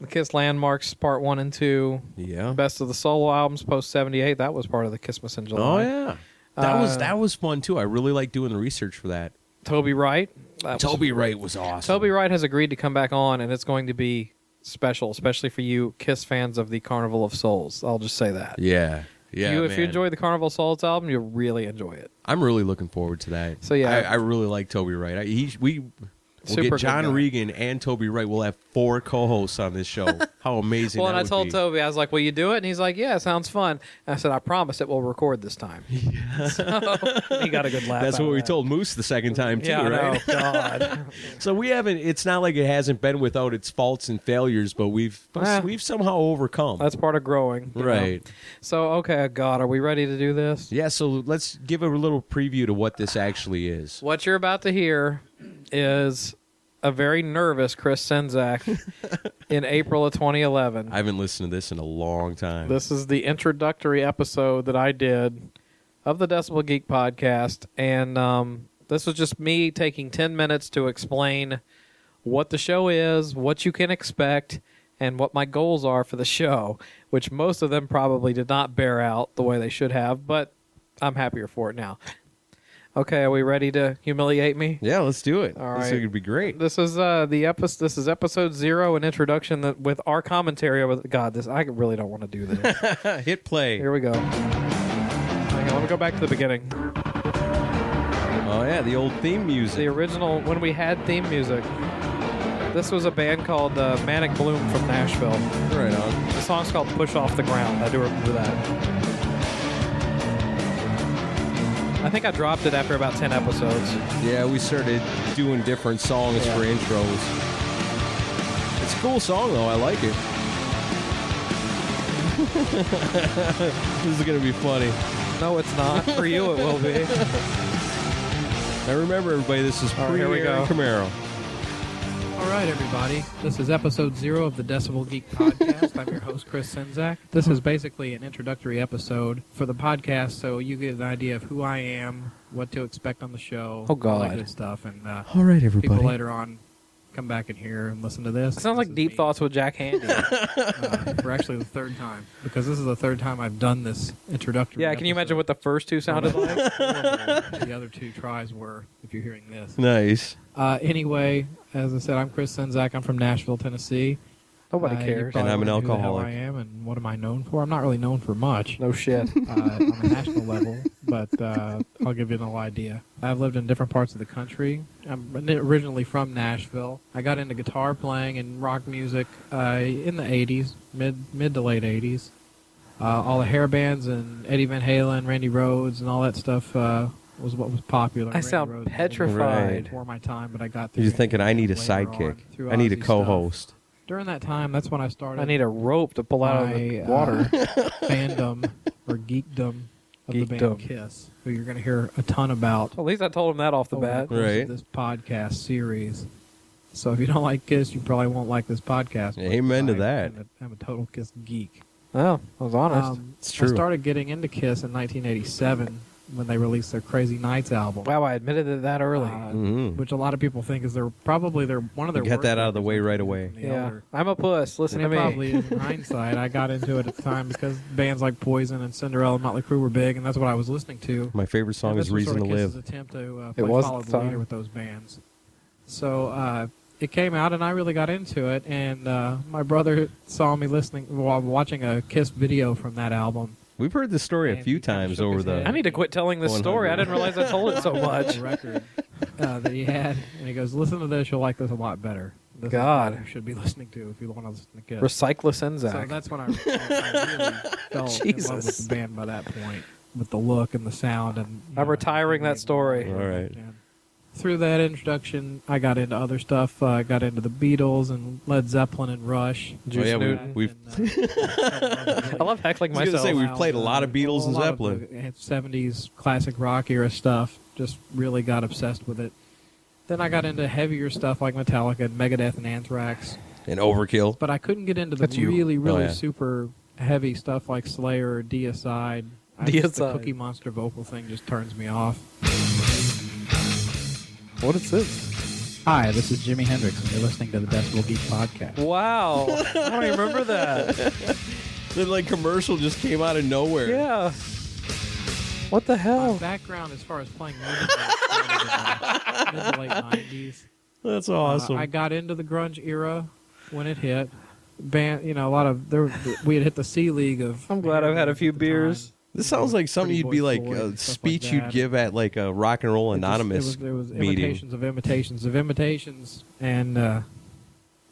S3: the Kiss landmarks part one and two.
S2: Yeah,
S3: best of the solo albums post seventy eight. That was part of the Christmas in
S2: oh
S3: July.
S2: yeah, that was
S3: Uh,
S2: that was fun too. I really like doing the research for that.
S3: Toby Wright.
S2: Toby Wright was awesome.
S3: Toby Wright has agreed to come back on, and it's going to be special, especially for you Kiss fans of the Carnival of Souls. I'll just say that.
S2: Yeah. Yeah.
S3: you, if you
S2: man.
S3: enjoy the Carnival of Souls album, you'll really enjoy it.
S2: I'm really looking forward to that. So
S3: yeah.
S2: I, I really like Toby Wright. I, he we we'll
S3: Super
S2: get
S3: good
S2: John
S3: guy.
S2: Regan and Toby Wright. We'll have four co-hosts on this show. How amazing!
S3: well, and
S2: that
S3: I
S2: would
S3: told
S2: be.
S3: Toby, I was like, "Will you do it?" And he's like, "Yeah, sounds fun." And I said, "I promise it will record this time." so he got a good laugh.
S2: That's
S3: out
S2: what
S3: of
S2: we
S3: that.
S2: told Moose the second time too,
S3: Yeah, I
S2: right?
S3: know. God.
S2: so we haven't. It's not like it hasn't been without its faults and failures, but we've
S3: Ah.
S2: we've somehow overcome.
S3: That's part of growing, you know?
S2: Right.
S3: So okay, God, are we ready to do this?
S2: Yeah. So let's give a little preview to what this actually is.
S3: What you're about to hear is a very nervous Chris Senzak in April of 2011.
S2: I haven't listened to this in a long time.
S3: This is the introductory episode that I did of the Decibel Geek podcast, and um, this was just me taking ten minutes to explain what the show is, what you can expect, and what my goals are for the show. Which most of them probably did not bear out the way they should have, but I'm happier for it now. Okay, are we ready to humiliate me?
S2: Yeah, let's do it.
S3: All
S2: This
S3: right.
S2: could be great.
S3: This is uh, the episode. This is episode zero, an introduction that with our commentary. With God, this I really don't want to do this.
S2: Hit play.
S3: Here we go. Hang on, let me go back to the beginning.
S2: Oh yeah, the old theme music.
S3: The original when we had theme music. This was a band called uh, Manic Bloom from Nashville.
S2: Right on.
S3: The song's called "Push Off the Ground." I do remember that. I think I dropped it after about ten episodes.
S2: Yeah, we started doing different songs
S3: Yeah.
S2: for intros. It's a cool song though. I like it. this is gonna be funny.
S3: No, it's not. For you, it will be.
S2: Now remember, everybody, this is
S3: All right,
S2: pre
S3: here we
S2: Aaron
S3: go.
S2: Camaro.
S3: All right, everybody. This is episode zero of the Decibel Geek podcast. I'm your host, Chris Senzak. This is basically an introductory episode for the podcast, so you get an idea of who I am, what to expect on the show,
S2: Oh,
S3: all that
S2: God.
S3: good stuff. And uh,
S2: All right, everybody.
S3: People later on come back and hear and listen to this. sounds like Deep Thoughts with Jack Handy. uh, for actually the third time, because this is the third time I've done this introductory. Yeah, can you imagine what the first two sounded like? the other two tries were, if you're hearing this.
S2: Nice.
S3: Uh, anyway, as I said, I'm Chris Senzak. I'm from Nashville, Tennessee. Uh,
S2: Nobody
S3: you
S2: cares.
S3: probably
S2: And I'm an
S3: wonder who the hell
S2: alcoholic.
S3: I am, and what am I known for? I'm not really known for much. No shit. uh, on a national level, but uh, I'll give you an idea. I've lived in different parts of the country. I'm originally from Nashville. I got into guitar playing and rock music uh, in the '80s, mid mid to late '80s. Uh, all the hair bands and Eddie Van Halen, Randy Rhodes, and all that stuff uh, was what was popular.
S20: I sound petrified.
S3: for my time, but I got through.
S2: You're
S3: it.
S2: thinking, I need a
S3: Later on,
S2: sidekick.
S3: through
S2: I need a
S3: Ozzy
S2: co-host.
S3: During that time, that's when I started.
S20: I need a rope to pull out of the
S3: my,
S20: water.
S3: uh, fandom or geekdom of the band
S20: Geekdom.
S3: Kiss, who you're going to hear a ton about. at least I told him that off the bat.
S2: Right.
S3: This podcast series. So if you don't like Kiss, you probably won't like this podcast. but
S2: Amen to
S3: I
S2: that.
S3: am a- I'm a total Kiss geek.
S20: Oh, I was honest.
S3: Um,
S20: It's
S3: I
S20: true.
S3: started getting into Kiss in 1987 when they released their Crazy Nights album. Uh,
S20: Wow, I admitted it that early.
S2: Mhm.
S3: Which a lot of people think is their probably their one of their
S2: Get
S3: worst
S2: that out of the way right away.
S3: yeah, I'm a puss. Listen
S20: to me.
S3: Probably in hindsight, I got into it at the time because bands like Poison and Cinderella and Motley Crue were big, and that's what I was listening to.
S2: My favorite song
S3: And
S2: is
S3: this was
S2: "Reason
S3: sort of
S2: to
S3: Kiss's
S2: Live."
S3: Attempt to uh,
S2: It
S3: play
S2: was
S3: follow
S2: at the
S3: the
S2: time.
S3: leader with those bands. So uh, it came out, and I really got into it. And uh, my brother saw me listening while watching a Kiss video from that album.
S2: We've heard this story a
S3: And
S2: few
S3: he kinda
S2: times
S3: shook
S2: over
S3: his
S2: the.
S3: head. I need to quit telling this story. I didn't realize I told it so much.
S2: Record.
S3: uh, that he had, and he goes, "Listen to this. You'll like this a lot better." This is
S20: God.
S3: what you should be listening to if you want to listen to Kiss.
S20: Recycla
S3: So
S20: Senzac.
S3: that's when I, I really fell in love with
S20: Jesus.
S3: the band by that point, with the look and the sound, and I'm retiring that story.
S2: All right.
S3: Through that introduction, I got into other stuff. Uh, I got into the Beatles and Led Zeppelin and Rush.
S2: Oh, yeah, we, have
S3: I love heckling
S2: I was gonna say, we've played a lot of Beatles and Zeppelin.
S3: eh, Seventies classic rock era stuff. Just really got obsessed with it. Then I got into heavier stuff like Metallica and Megadeth and Anthrax.
S2: And Overkill.
S3: But I couldn't get into the
S2: That's you.
S3: really,
S2: Oh,
S3: really
S2: yeah.
S3: super heavy stuff like Slayer or Deicide. I just- The
S20: Deicide.
S3: Cookie Monster vocal thing just turns me off.
S20: What is this?
S3: Hi, this is Jimi Hendrix, and you're listening to the Decibel Geek Podcast.
S20: Wow. I don't even remember that.
S2: The like commercial just came out of nowhere.
S20: Yeah. What the hell?
S3: My background as far as playing music was mid to late nineties. Uh,
S2: That's awesome.
S3: I got into the grunge era when it hit. band. You know, a lot of there. We had hit the C league of. I'm glad I've had a few beers.
S2: This sounds like something you'd be like a speech you'd
S3: that.
S2: give at like a rock and roll anonymous
S3: it was, it was
S2: meeting.
S3: imitations of imitations of imitations, and uh,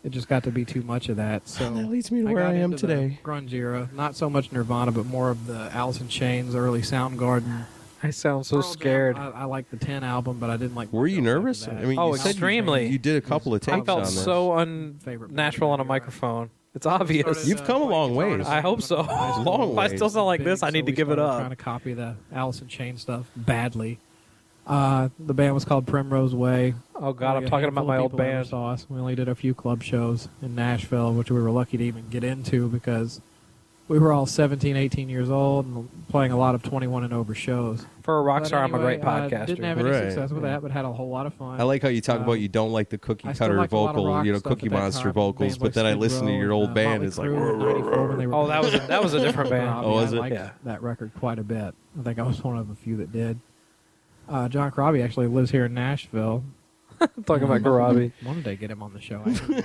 S3: it just got to be too much of that. So
S2: that leads me to
S3: I
S2: where
S3: got
S2: I am
S3: into the
S2: today.
S3: Grunge era, not so much Nirvana, but more of the Alice in Chains, early Soundgarden. I sound so scared. I, I like the Ten album, but I didn't like.
S2: Were you nervous? I mean,
S20: Oh,
S2: you said
S20: extremely.
S2: You did a couple of takes
S20: I felt
S2: on this.
S20: so unnatural on a microphone. It's obvious.
S3: uh,
S2: You've come a long ways.
S20: I hope so.
S2: Long
S20: If I still
S2: ways.
S20: sound like this, I need to give it
S3: started
S20: up.
S3: Trying to copy the Alice in Chains stuff badly. Uh, the band was called Primrose Way.
S20: Oh, God,
S3: Only
S20: I'm
S3: a
S20: talking about
S3: handful of
S20: my old
S3: people ever
S20: band.
S3: Saw us. We only did a few club shows in Nashville, which we were lucky to even get into because we were all 17, 18 years old and playing a lot of 21 and over shows.
S20: For a rock
S3: But
S20: star, I'm a
S3: anyway,
S20: great
S3: uh,
S20: podcaster.
S3: Didn't have any
S2: Right.
S3: success with that, but had a whole lot of fun.
S2: I like how you talk
S3: Uh,
S2: about you don't like the cookie
S3: I still
S2: cutter
S3: liked a lot of
S2: vocal,
S3: rock
S2: you know,
S3: stuff at
S2: Cookie
S3: that
S2: Monster
S3: time,
S2: vocals,
S3: bands
S2: but
S3: like
S2: then I
S3: Skid
S2: listen to
S3: Row
S2: your old
S3: and, uh,
S2: band.
S3: Motley
S2: It's like,
S3: Crue in 94 when they were
S20: Oh, that was a- that was a different band.
S3: Robbie,
S2: Oh, was
S3: uh, I
S2: it?
S3: liked
S2: Yeah.
S3: that record quite a bit. I think I was one of a few that did. Uh, John Robbie actually lives here in Nashville.
S20: Talking about
S3: Robbie.
S20: Karabi.
S3: One day get him on the show.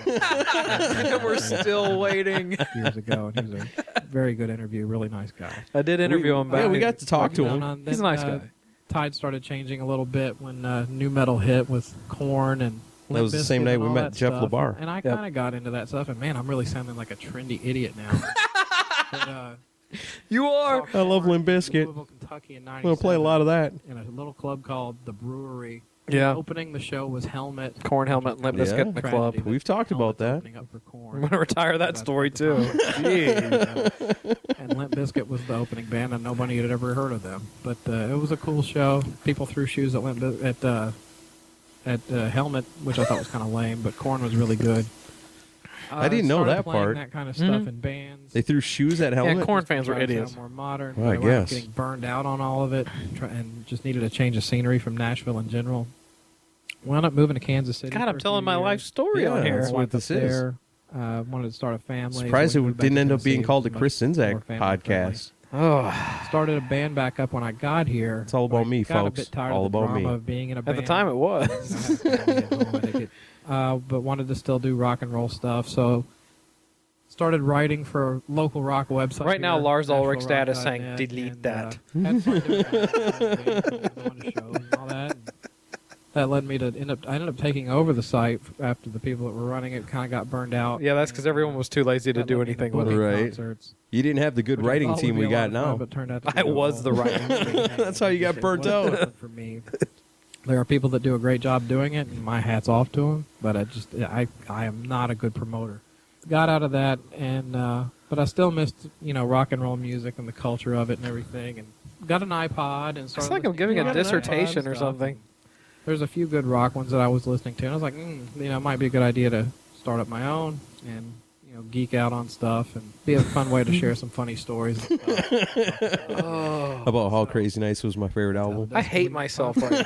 S20: And we're still waiting.
S3: Years ago, and he was a very good interview, really nice guy.
S20: I did interview him back.
S3: No, no,
S20: He's a
S3: then,
S20: nice
S3: uh,
S20: guy.
S3: Tide started changing a little bit when uh, new metal hit with Corn and.
S2: That was the
S3: Limp
S2: same
S3: Bizkit
S2: night
S3: and
S2: we
S3: all
S2: met
S3: that
S2: Jeff
S3: stuff.
S2: LeBar.
S3: And I
S2: Yep.
S3: kind of got into that stuff, and man, I'm really sounding like a trendy idiot now. But, uh,
S20: you are.
S2: I love Limp Bizkit.
S3: Kentucky in
S2: I'm gonna play a lot of that.
S3: in a little club called the Brewery.
S20: Yeah.
S3: Opening the show was Helmet.
S20: Corn helmet and Limp Bizkit in the club.
S3: Tragedy.
S2: We've talked about that.
S20: I'm gonna retire that story too. Jeez.
S3: and Limp Bizkit was the opening band, and nobody had ever heard of them. But uh, it was a cool show. People threw shoes at Limp Biz- at uh, at uh, Helmet, which I thought was kind of lame, but Corn was really good. Uh,
S2: I didn't know
S3: started
S2: that
S3: playing
S2: part.
S3: That kind of
S20: Mm-hmm.
S3: stuff in bands.
S2: They threw shoes at helmet.
S3: Just tried to sound More modern.
S2: Well,
S3: They
S2: I
S3: wound up
S2: guess.
S3: Getting burned out on all of it, try- and just needed a change of scenery from Nashville in general. Wound up moving to Kansas City.
S20: God,
S3: for
S20: I'm
S3: a
S20: telling
S3: few
S20: my
S3: years.
S20: life story on
S2: Yeah,
S20: here.
S2: that's what
S3: Wife up
S2: this is.
S3: there, Uh, wanted to start a family.
S2: Surprised
S3: so we
S2: it
S3: moved back
S2: didn't
S3: to
S2: end up
S3: Tennessee.
S2: being called the
S3: Much
S2: Chris
S3: more
S2: Sinzak
S3: family
S2: podcast.
S3: Oh. Started a band back up when I got here. It's all
S2: about me,
S3: got
S2: folks.
S3: A bit tired
S2: All
S3: of the
S2: about me.
S3: drama Of being in a
S20: At the
S3: band.
S20: time, it was.
S3: uh, but wanted to still do rock and roll stuff, so started writing for local rock websites.
S20: Right now,
S3: here,
S20: Lars Ulrich
S3: NashvilleRock.net,
S20: status saying, "Delete
S3: and,
S20: that."
S3: uh, had fun doing that, and going to shows and all that. And that led me to end up. I ended up taking over the site after the people that were running it kind of got burned out.
S20: Yeah, that's because everyone was too lazy to do anything with it.
S2: Right. You didn't have the good writing team we got now.
S3: But turned out to be
S20: I was the right.
S2: That's how you got burnt out.
S3: for me. There are people that do a great job doing it, and my hat's off to them. But I just, I, I am not a good promoter. Got out of that, and uh, but I still missed, you know, rock and roll music and the culture of it and everything. And got an iPod, and
S20: It's
S3: started
S20: like I'm
S3: listening-
S20: giving
S3: got
S20: a
S3: an
S20: dissertation
S3: iPod
S20: or
S3: stuff.
S20: something.
S3: There's a few good rock ones that I was listening to, and I was like, mm, you know, it might be a good idea to start up my own and you know geek out on stuff and be a fun way to share some funny stories. and stuff. oh.
S2: About how crazy nice was my favorite album.
S20: I hate myself right now.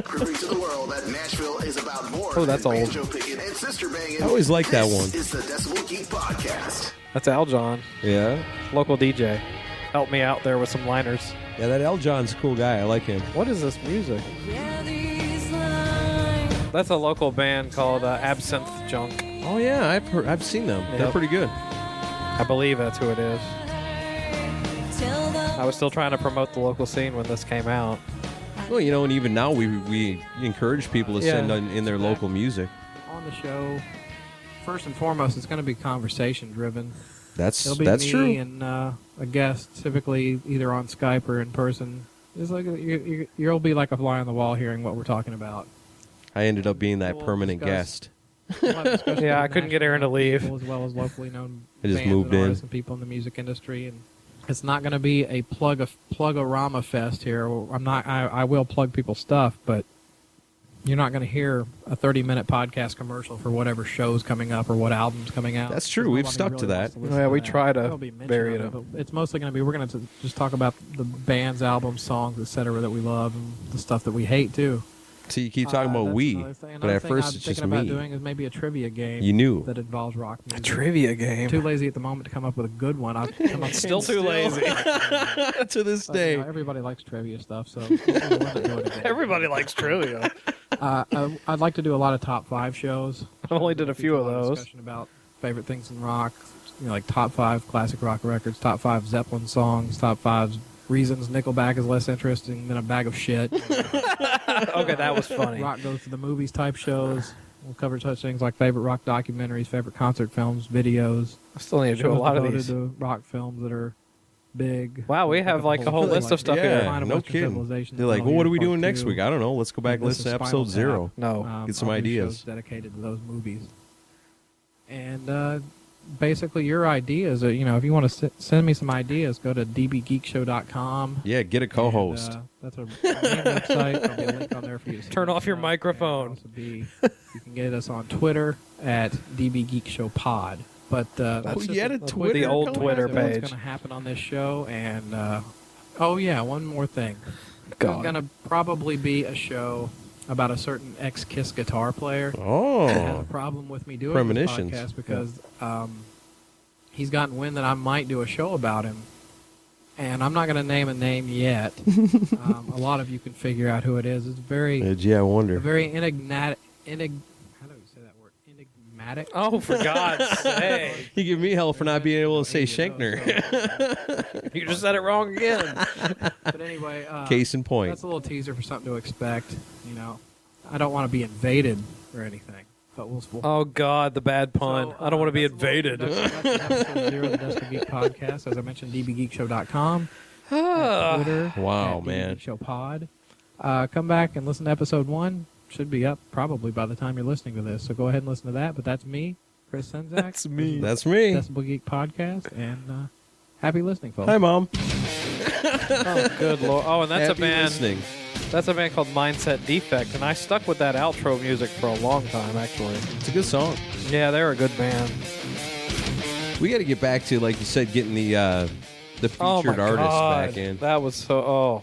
S21: Proving to the world that Nashville is about more
S20: Oh, that's
S21: than
S20: old.
S21: banjo picking and sister banging.
S2: I always liked that
S21: This
S2: one.
S21: is the Decibel Geek Podcast.
S20: That's Al John,
S2: Yeah.
S20: local DJ. Helped me out there with some liners.
S2: Yeah, that L John's a cool guy. I like him.
S20: What is this music? That's a local band called uh, Absinthe Junk.
S2: Oh yeah, I've heard, I've seen them. They're
S20: Yep.
S2: pretty good.
S20: I believe that's who it is. I was still trying to promote the local scene when this came out.
S2: Well, you know, and even now we we encourage people to
S3: Yeah.
S2: send in, in their local music.
S3: on the show. First and foremost, it's going to be conversation driven.
S2: That's-
S3: It'll be
S2: that's
S3: me
S2: true.
S3: And uh, a guest, typically either on Skype or in person. It's like you, you, you'll be like a fly on the wall hearing what we're talking about.
S2: I ended up being that permanent guest.
S20: yeah, I couldn't get Aaron to leave.
S3: As well as locally known
S2: I just
S3: bands
S2: moved
S3: and
S2: in.
S3: artists and people in the music industry, and it's not going to be a plug a plug-a-rama fest here. I'm not. I, I will plug people's stuff, but you're not going to hear a 30-minute podcast commercial for whatever show's coming up or what album's coming out.
S2: That's true.
S3: There's
S2: We've
S3: nobody
S2: stuck
S3: really
S2: to that.
S3: wants listen
S20: Oh, Yeah, we
S3: that.
S20: try to
S3: There'll be mention
S20: bury
S3: of
S20: it
S3: but It's mostly going to be we're going to just talk about the band's albums, songs, etc. that we love and the stuff that we hate too.
S2: See, you keep talking
S3: Uh,
S2: about
S3: that's
S2: we,
S3: another thing.
S2: but
S3: Another
S2: at
S3: thing I'm
S2: first it's just
S3: thinking about
S2: me.
S3: doing is maybe a trivia game.
S2: You knew.
S3: that involves rock music.
S20: trivia game.
S3: Too lazy at the moment to come up with a good one. I've come up
S20: Still too lazy.
S2: to this
S3: But, you know, everybody likes trivia stuff, so we're not doing it.
S20: Everybody likes trivia.
S3: uh, I, I'd like to do a lot of top five shows.
S20: I only did a few of those.
S3: Discussion about
S20: favorite things in rock, you know, like top five classic rock records, top five Zeppelin songs, top five reasons Nickelback is less interesting than a bag of shit.
S3: okay, that was funny.
S20: Rock goes to the movies type shows. We'll cover such things like favorite rock documentaries, favorite concert films, videos.
S3: I still need to do a
S20: shows
S3: lot of
S20: devoted
S3: these.
S20: to rock films that are big.
S3: Wow, we have like a whole list of stuff
S2: yeah,
S3: here.
S2: no kidding. They're like, well, what are we doing next week? I don't know. Let's go back and listen to episode zero.
S20: Um,
S3: Um,
S2: get some ideas.
S20: dedicated to those movies. And uh, basically, your ideas. Are, you know, if you want to s- send me some ideas, go to dbgeekshow.com.
S2: Yeah, get a co-host.
S20: And, uh, that's our main website. There'll be a link on there for you. To see
S3: Turn
S20: what
S3: off your microphone.
S20: be. You can get us on Twitter at DB Geek Show Pod. But uh, that's
S3: Oh,
S20: just
S3: you had a
S20: quick
S3: Twitter The old
S20: glance
S3: Twitter
S20: at what's
S3: page.
S20: going to happen on this show, and uh, oh yeah, one more thing.
S3: God.
S20: There's going to probably be a show about a certain ex-Kiss guitar player.
S2: Oh.
S20: that had a problem with me doing this
S2: Premonitions.
S20: podcast because um, he's gotten wind that I might do a show about him, and I'm not going to name a name yet. um, a lot of you can figure out who it is. It's very
S2: Uh, gee, I wonder.
S20: a very enigmatic, enig- how do you say that word? Enigmatic.
S3: Oh, for God's sake!
S2: you give me hell for not being able to say Shankner.
S3: You just said it wrong again.
S20: but anyway, uh,
S2: Case in point.
S20: That's a little teaser for something to expect. You know, I don't want to be invaded or anything, but we'll. we'll
S3: Oh God, the bad pun. I don't want to be invaded.
S20: that's, that's episode zero of the Desk of Geek podcast. As I mentioned, dbgeekshow.com.
S3: Ah.
S20: at Twitter.
S2: Wow,
S20: at
S2: man.
S20: DB Show Pod. Uh, come back and listen to episode one. Should be up probably by the time you're listening to this. So go ahead and listen to that. But that's me, Chris Senzak. That's
S2: me. That's me.
S20: Decibel Geek Podcast. And uh, happy listening, folks.
S2: Hi, mom.
S3: oh, good lord. Oh, and that's
S2: Happy
S3: a band.
S2: listening.
S3: That's a band called Mindset Defect, and I stuck with that outro music for a long time. Actually,
S2: it's a good song.
S3: Yeah, they're a good band.
S2: We got to get back to, like you said, getting the uh, the featured
S3: oh my
S2: artists
S3: God,
S2: back in.
S3: That was so. Oh,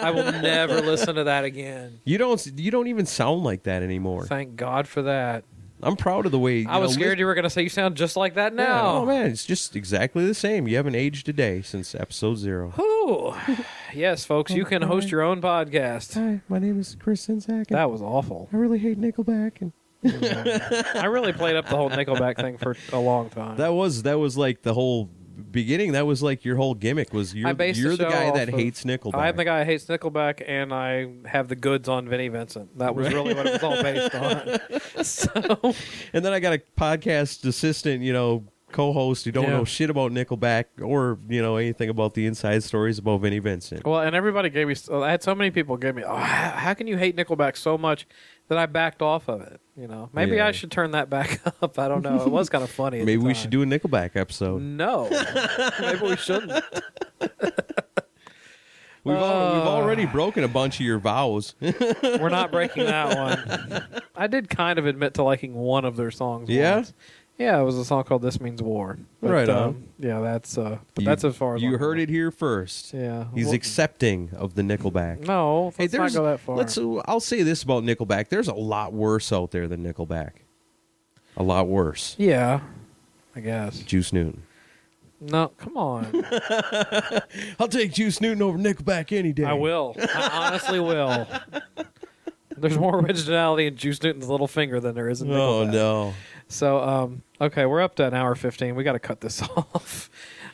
S3: I will never listen to that again.
S2: You don't you don't even sound like that anymore.
S3: Thank God for that.
S2: I'm proud of the way. You
S3: I was
S2: know,
S3: scared you were going to say you sound just like that
S2: Yeah,
S3: now.
S2: oh man, it's just exactly the same. You haven't aged a day since episode zero.
S3: Ooh. Yes, folks, you can host your own podcast.
S2: Hi, my name is Chris Sinzak.
S3: That was awful.
S2: I really hate Nickelback. And
S3: I really played up the whole Nickelback thing for a long time.
S2: that was that was like the whole beginning. That was like your whole gimmick was you're,
S3: I based
S2: you're the,
S3: show
S2: guy
S3: off
S2: that
S3: of-
S2: hates Nickelback.
S3: I'm the guy that hates Nickelback, and I have the goods on Vinnie Vincent. That was
S2: Right.
S3: really what it was all based on. so,
S2: and then I got a podcast assistant, you know, co-host who don't
S3: Yeah.
S2: know shit about Nickelback or you know anything about the inside stories about Vinnie Vincent.
S3: well, and everybody gave me. I had so many people give me. Oh, how, how can you hate Nickelback so much that I backed off of it? You know, maybe
S2: Yeah.
S3: I should turn that back up. I don't know. It was kind of funny. at the
S2: Maybe we
S3: time.
S2: should do a Nickelback episode.
S3: No, maybe we shouldn't.
S2: We've, al-
S3: Uh.
S2: we've already broken a bunch of your vows.
S3: We're not breaking that one. I did kind of admit to liking one of their songs.
S2: Yeah?
S3: once. yeah, it was a song called "This Means War." But,
S2: Right on.
S3: um, yeah, that's uh, but
S2: You-
S3: that's as far as
S2: you
S3: I'm-
S2: heard it here first.
S3: Yeah,
S2: he's
S3: Well,
S2: accepting of the Nickelback.
S3: no. Let's
S2: Hey,
S3: not
S2: there's-
S3: go that far.
S2: Let's. uh, I'll say this about Nickelback: there's a lot worse out there than Nickelback. A lot worse.
S3: yeah, I guess.
S2: Juice Newton.
S3: No, come on.
S2: I'll take Juice Newton over Nickelback any day.
S3: I will. I honestly will. There's more originality in Juice Newton's little finger than there is in
S2: Oh,
S3: Nickelback.
S2: no.
S3: So um, okay, we're up to an hour fifteen. We got to cut this off.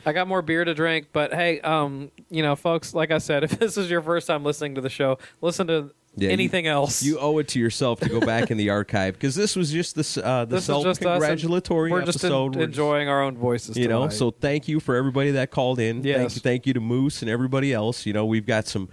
S3: I got more beer to drink, but hey, um, you know, folks, like I said, if this is your first time listening to the show, listen to
S2: Yeah, you-
S3: anything else.
S2: You owe it to yourself to go back in the archive because this was just this uh, the
S3: This is just us, and
S2: self-congratulatory
S3: We're just en-
S2: episode. We're just-
S3: enjoying our own voices.
S2: you know
S3: tonight.
S2: so thank you for everybody that called in thank
S3: Yes.
S2: you thank you to moose and everybody else you know we've got some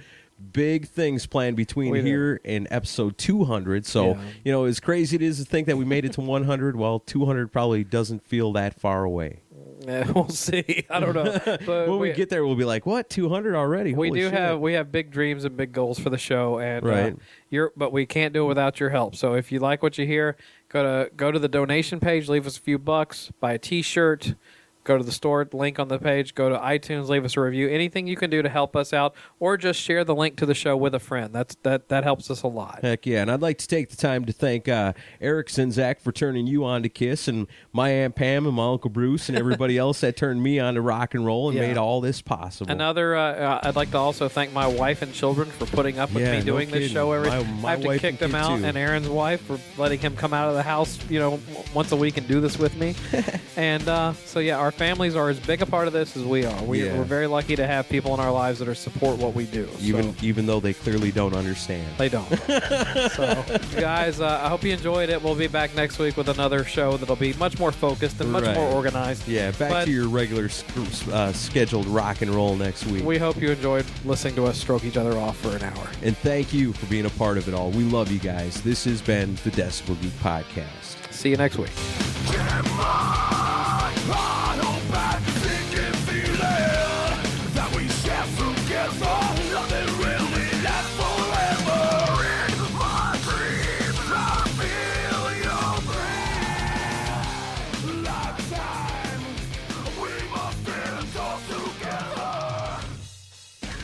S2: big things planned between
S3: We do.
S2: here and episode 200 so
S3: Yeah.
S2: you know as crazy it is to think that we made it to 100 well 200 probably doesn't feel that far away
S3: Yeah, we'll see. I don't know. But
S2: when we,
S3: we-
S2: get there we'll be like what 200 already
S3: we
S2: Holy
S3: do
S2: shit.
S3: have we have big dreams and big goals for the show and
S2: Right.
S3: uh, you're but we can't do it without your help so if you like what you hear go to go to the donation page leave us a few bucks buy a t-shirt Go to the store link on the page. Go to iTunes. Leave us a review. Anything you can do to help us out, or just share the link to the show with a friend. That's that that helps us a lot.
S2: Heck yeah. And I'd like to take the time to thank uh, Eric Sinzak for turning you on to Kiss and my Aunt Pam and my Uncle Bruce and everybody else that turned me on to rock and roll and
S3: Yeah.
S2: made all this possible.
S3: Another, uh, uh, I'd like to also thank my wife and children for putting up with
S2: Yeah,
S3: me
S2: no
S3: doing this
S2: kidding.
S3: show every.
S2: My- my
S3: I have to
S2: wife
S3: kick
S2: and
S3: them
S2: kid,
S3: out,
S2: too.
S3: and Aaron's wife for letting him come out of the house, you know, w- once a week and do this with me. and uh, so, yeah, our families are as big a part of this as we are. We,
S2: Yeah.
S3: We're very lucky to have people in our lives that are support what we do.
S2: even even though they clearly don't understand.
S3: They don't. so, guys, uh, I hope you enjoyed it. We'll be back next week with another show that'll be much more focused and much
S2: Right.
S3: more organized.
S2: Yeah, back
S3: But-
S2: to your regular sc- uh, scheduled rock and roll next week.
S3: We hope you enjoyed listening to us stroke each other off for an hour.
S2: and thank you for being a part of it all. We love you guys. This has been the Decibel Geek Podcast.
S3: See you next week.
S22: that we share together. Nothing really lasts forever. In my dreams, I feel your breath. Lifetime, we must end all together.